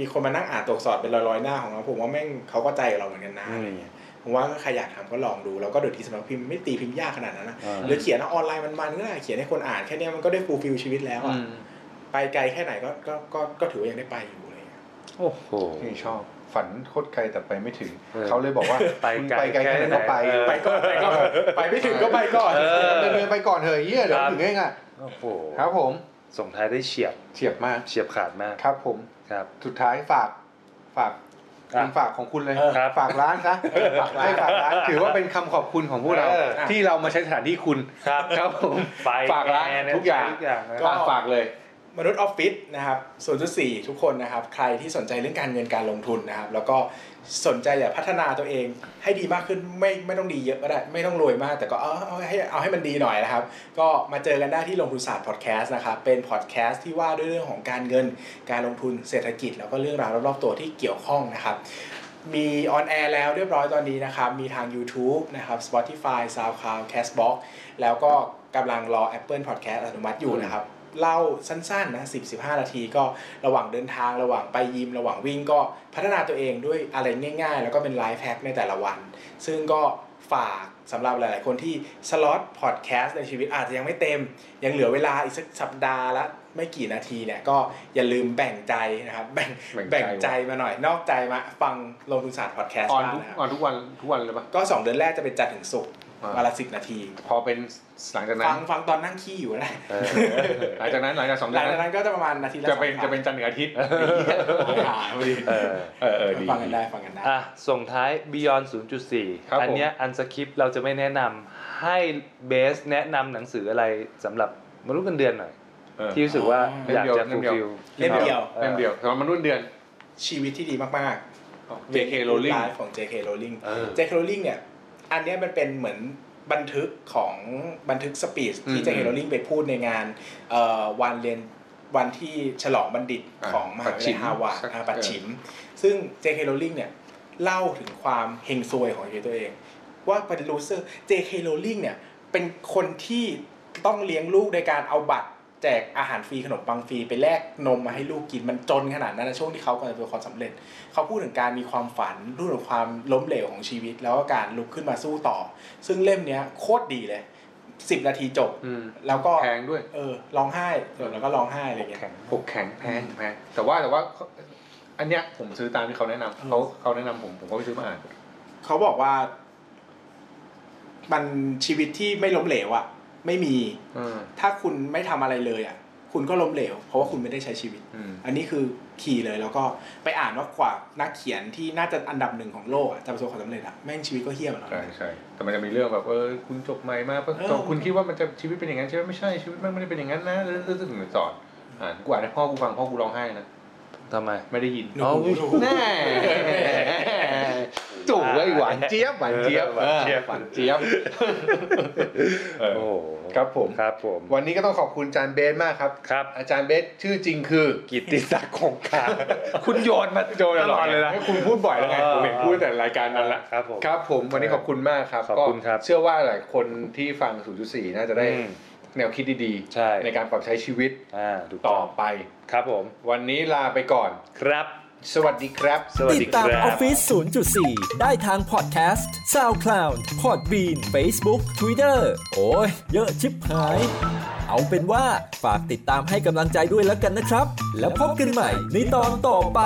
Speaker 3: มีคนมานั่งอ่านตัวอักษรเป็นร้อยๆหน้าของเราผมว่าแม่งเขาก็ใจกับเราเหมือนกันนะ
Speaker 2: อืม
Speaker 3: อะไรเงี้ยผมว่าใครอยากทำก็ลองดูแล้วก็เดี๋ยวทีสำนักพิมพ์ไม่ตีพิมพ์ยากขนาดนั้นนะ
Speaker 2: เออ
Speaker 3: หรือเขียนเอาออนไลน์มันๆก็ได้เขียนให้คนอ่านแค่เนี้ยมันก็ได้ฟูลฟิลชีวิตแล้ว
Speaker 1: อื
Speaker 3: อะ
Speaker 1: ม
Speaker 3: ไปไกลแค่ไหนก็ก็ก็ก็ถือว่ายังได้ไปอยู่อะไรเลย
Speaker 2: โอ้โห
Speaker 1: นี่ชอบฝันโคตรไกลแต่ไปไม่ถึง
Speaker 2: เออ
Speaker 1: เขาเลยบอกว่า
Speaker 2: ไป
Speaker 1: มึง
Speaker 2: ไกล
Speaker 1: ไปไกลแค่ไหนก็ไป
Speaker 2: เออ
Speaker 3: ไปก่อนไปก่อนไปไม่ถึงก็ไปก่อน
Speaker 2: เออ
Speaker 1: เดินเดินไปก่อนเถอะเฮียเดี๋ยวถึงเองอ่ะ
Speaker 2: โอ้โห
Speaker 1: ครับผม
Speaker 2: ส่งท้ายได้เฉียบ
Speaker 1: เฉียบมาก
Speaker 2: เฉียบขาดมาก
Speaker 1: ครับผม
Speaker 2: ครับ
Speaker 1: สุดท้ายฝากฝาก
Speaker 2: อ่ะ
Speaker 1: คุณฝากของคุณเลย
Speaker 3: เออ
Speaker 2: ครับ
Speaker 1: ฝากร้านซะฝากให้ฝากร้านถือว่าเป็นคำขอบคุณของพวกเรา
Speaker 2: เออ
Speaker 1: ที่เรามาใช้สถานที่คุณ
Speaker 2: ครับ
Speaker 1: ครับผม
Speaker 2: ไป
Speaker 1: ฝากร้าน
Speaker 2: แร์
Speaker 1: ทุกอย่าง
Speaker 2: ทุกอย่างนะ
Speaker 3: ก็
Speaker 1: อ่ะฝากเลย
Speaker 3: มนุษย์ออฟฟิศนะครับ0.4 ทุกคนนะครับ ใครที่สนใจเรื่องการเงินการลงทุนนะครับ แล้วก็สนใจอยากพัฒนาตัวเองให้ดีมากขึ้นไม่ไม่ต้องดีเยอะก็ได้ไม่ต้องรวยมาก แต่ก็เอาเอาให้เอาให้มันดีหน่อยนะครับ ก็มาเจอกันได้ที่ลงทุนศาสตร์พอดแคสต์นะครับ เป็นพอดแคสต์ที่ว่าด้วยเรื่องของการเงินการลงทุนเศรษฐกิจ แล้วก็เรื่องราวรอบๆตัวที่เกี่ยวข้องนะครับ มีออนแอร์แล้วเรียบร้อยตอนนี้นะครับ มีทาง YouTube นะครับ Spotify SoundCloud Castbox แล้วก็กำลังรอ Apple Podcast อนุมัติอยู่นะครับ เล่าสั้นๆนะ 10-15 นาทีก็ระหว่างเดินทางระหว่างไปยิม ระหว่างวิ่งก็พัฒนาตัวเองด้วยอะไรง่ายๆ แล้วก็เป็นไลฟ์แ c กในแต่ละวัน ซึ่งก็ฝากสำหรับหลายๆ คนที่สล็อตพอดแคสต์ในชีวิตอาจจะยังไม่เต็ม ยังเหลือเวลาอีกสักสัปดาห์ละไม่กี่นาทีเนี่ยก็อย่าลืมแบ่งใจนะครับแบ่ง
Speaker 1: แบ่
Speaker 3: แบ่
Speaker 1: ง
Speaker 3: ง
Speaker 1: ใจ
Speaker 3: ใจ ใจมาหน่อยนอกใจมาฟังลงทุนศาสตร์พอดแคสต์
Speaker 1: ออน
Speaker 3: บ้าง
Speaker 1: ทุก
Speaker 3: นะ
Speaker 1: อ
Speaker 3: ค
Speaker 1: อ
Speaker 3: รับ
Speaker 1: นทุกวันทุกวันเลยปะ
Speaker 3: ก็ 2 เดือนแรกจะเป็นจันทร์ถึงศุกร์
Speaker 1: อ่า
Speaker 3: วันละสิบนาที
Speaker 1: พอเป็นหลังจากนั้
Speaker 3: ฟั
Speaker 1: น
Speaker 3: งฟังตอนนั่งขี้อยู่นะ
Speaker 2: เออ
Speaker 1: หลังจากนั้นหลังจากสอง
Speaker 3: ห
Speaker 1: เดื
Speaker 3: ลั
Speaker 1: อง นนั้
Speaker 3: จาก
Speaker 1: น
Speaker 3: นั้นก็จะประมาณนาทีละ
Speaker 1: จะเป็น
Speaker 3: สอง
Speaker 1: จะเป็นจันทร์ถึงอาทิตย์
Speaker 3: ไอ้เหี้ยโอ้ยหาพอดี
Speaker 2: เออ
Speaker 1: เออเออดี
Speaker 3: ฟังกันได้ฟังกันได้
Speaker 2: อ่ะส่งท้าย Beyond
Speaker 1: ครับ
Speaker 2: 0.4 อันเนี้ยอันสคริปเราจะไม่แนะนำให้เบสแนะนำหนังสืออะไรสำหรับมนุษย์เงินเดือนหน่อย
Speaker 1: เออ
Speaker 2: ที่รู้สึกว่า
Speaker 1: เล่
Speaker 2: อ
Speaker 1: ม
Speaker 2: ยาก
Speaker 1: เดียว
Speaker 2: จะ
Speaker 1: เล่ม
Speaker 2: ฟูล
Speaker 1: เดียว
Speaker 2: ฟิล
Speaker 3: เล่มเดียว
Speaker 1: เล่มเดียวสำหรับมนุษย์เดือน
Speaker 3: ชีวิตที่ดีมาก ๆ
Speaker 1: JK Rowling
Speaker 3: ไลฟ์ของ JK Rowling
Speaker 2: เออ
Speaker 3: JK Rowling เนี่ย อันเนี้ยมันเป็นเหมือนบันทึกของบันทึกสปีชที่
Speaker 1: อืม
Speaker 3: JK Rowling ไปพูดในงานเอ่อวันเรียนวันที่ฉลองบัณฑิต
Speaker 1: อ่า
Speaker 3: ของมหาวิทยาลัยฮาวาด
Speaker 1: ปัจฉิม
Speaker 3: อ่าปัจฉิม ซึ่ง JK Rowling เนี่ย เล่าถึงความเฮงซวยของชีวิตตัวเอง ว่าเป็นลูเซอร์ JK Rowling เนี่ย เป็นคนที่ต้องเลี้ยงลูกโดยการเอาบัตร j จกอาหารฟรีขนมปังฟรีไปแลกนมมาให้ลูกกินมันจนขนาดนั้นนะช่วงที่เขากำลังจะประสบความสำเร็จ เขาพูดถึงการมีความฝันรู้ถึงความล้มเหลวของชีวิต แล้วก็การลุกขึ้นมาสู้ต่อ ซึ่งเล่มเนี้ยโคตรดีเลยสิบนาทีจบ
Speaker 2: อืม
Speaker 3: แล้วก็
Speaker 1: แพงด้วย
Speaker 3: เออร้องไห้จบแล้วก็ร้องไห้อะไรเงี้ย
Speaker 1: แข็งหกแข็งแพงแพงแต่ว่าแต่ว่าอันเนี้ยผมซื้อตามที่เขาแนะนำ
Speaker 3: อืม
Speaker 1: เขาเขาแนะนำผมผมก็ไปซื้อมาอ่าน
Speaker 3: เขาบอกว่า มันชีวิตที่ไม่ล้มเหลวอะไม่มี
Speaker 1: อืม
Speaker 3: ถ้าคุณไม่ทำอะไรเลยอะคุณก็ล้มเหลว เพราะว่าคุณไม่ได้ใช้ชีวิต
Speaker 1: อืม
Speaker 3: อันนี้คือคีย์เลยแล้วก็ไปอ่านว่ากว่านักเขียนที่น่าจะอันดับหนึ่งของโลกอะจะประสบความสำเร็จอะแม่งชีวิตก็เฮี้ยมาแล้ว
Speaker 1: ใช่ใช่แต่มันจะมีเรื่องแบบเออคุณจบใหม่มาปะ
Speaker 3: เออ
Speaker 1: จบคุณคิดว่ามันจะชีวิตเป็นอย่างนั้นใช่ไหมไม่ใช่ชีวิตมันไม่ได้เป็นอย่างนั้นนะเรื่องเรื่องถึงสอนอ่านกูอ่านให้พ่อกูฟังพ่อกูร้องไห้นะ
Speaker 2: ทำไม
Speaker 1: ไม่ได้ยิน
Speaker 3: หนูหนู
Speaker 1: แน่จู่เว้ยหวานเจี๊ยบหวานเจี๊ยบ
Speaker 2: หวานเจี๊ย
Speaker 1: อ
Speaker 2: บ
Speaker 1: อหวานเจี๊ยบเออ
Speaker 2: โอ้โห
Speaker 1: ครับผม
Speaker 2: ครับผม
Speaker 1: วันนี้ก็ต้องขอบคุณอาจารย์เบสมากครับ
Speaker 2: ครับ
Speaker 1: อาจารย์เบสชื่อจริงคือ
Speaker 2: กิตติศักดิ์คงคาคุณโยนมา
Speaker 1: โจ
Speaker 2: ตลอดเลยนะ
Speaker 1: ให้คุณพูดบ่อยแล้วไง
Speaker 2: เออ
Speaker 1: ผมเห็นพูดแต่รายการนั้นละ
Speaker 2: ครับผม
Speaker 1: ครับผมวันนี้ขอบคุณมากครับ
Speaker 2: ขอบคุณครับ
Speaker 1: ก็เชื่อว่าหลายคนที่ฟัง 0.4 น่าจะได้
Speaker 2: อืม
Speaker 1: แนวคิดดี
Speaker 2: ใช่
Speaker 1: ๆ ในการปรับใช้ชีวิต
Speaker 2: อ่าถูก
Speaker 1: ต่
Speaker 2: ต้
Speaker 1: อ
Speaker 2: อง
Speaker 1: ไป
Speaker 2: ครับผม
Speaker 1: วันนี้ลาไปก่อน
Speaker 2: ครับ
Speaker 1: สวัสดีครับ
Speaker 2: สวัส
Speaker 5: ติด
Speaker 2: ดี
Speaker 5: ตาม
Speaker 2: ค
Speaker 5: อ
Speaker 2: รั
Speaker 5: อฟ
Speaker 2: บ
Speaker 5: ฟิศ0.4 ได้ทางพอดแคสต์ SoundCloud Podbean Facebook Twitter โอ้ย เยอะชิบหาย เอาเป็นว่าฝากติดตามให้กำลังใจด้วยแล้วกันนะครับ แล้วพบกันใหม่ในตอนต่อไป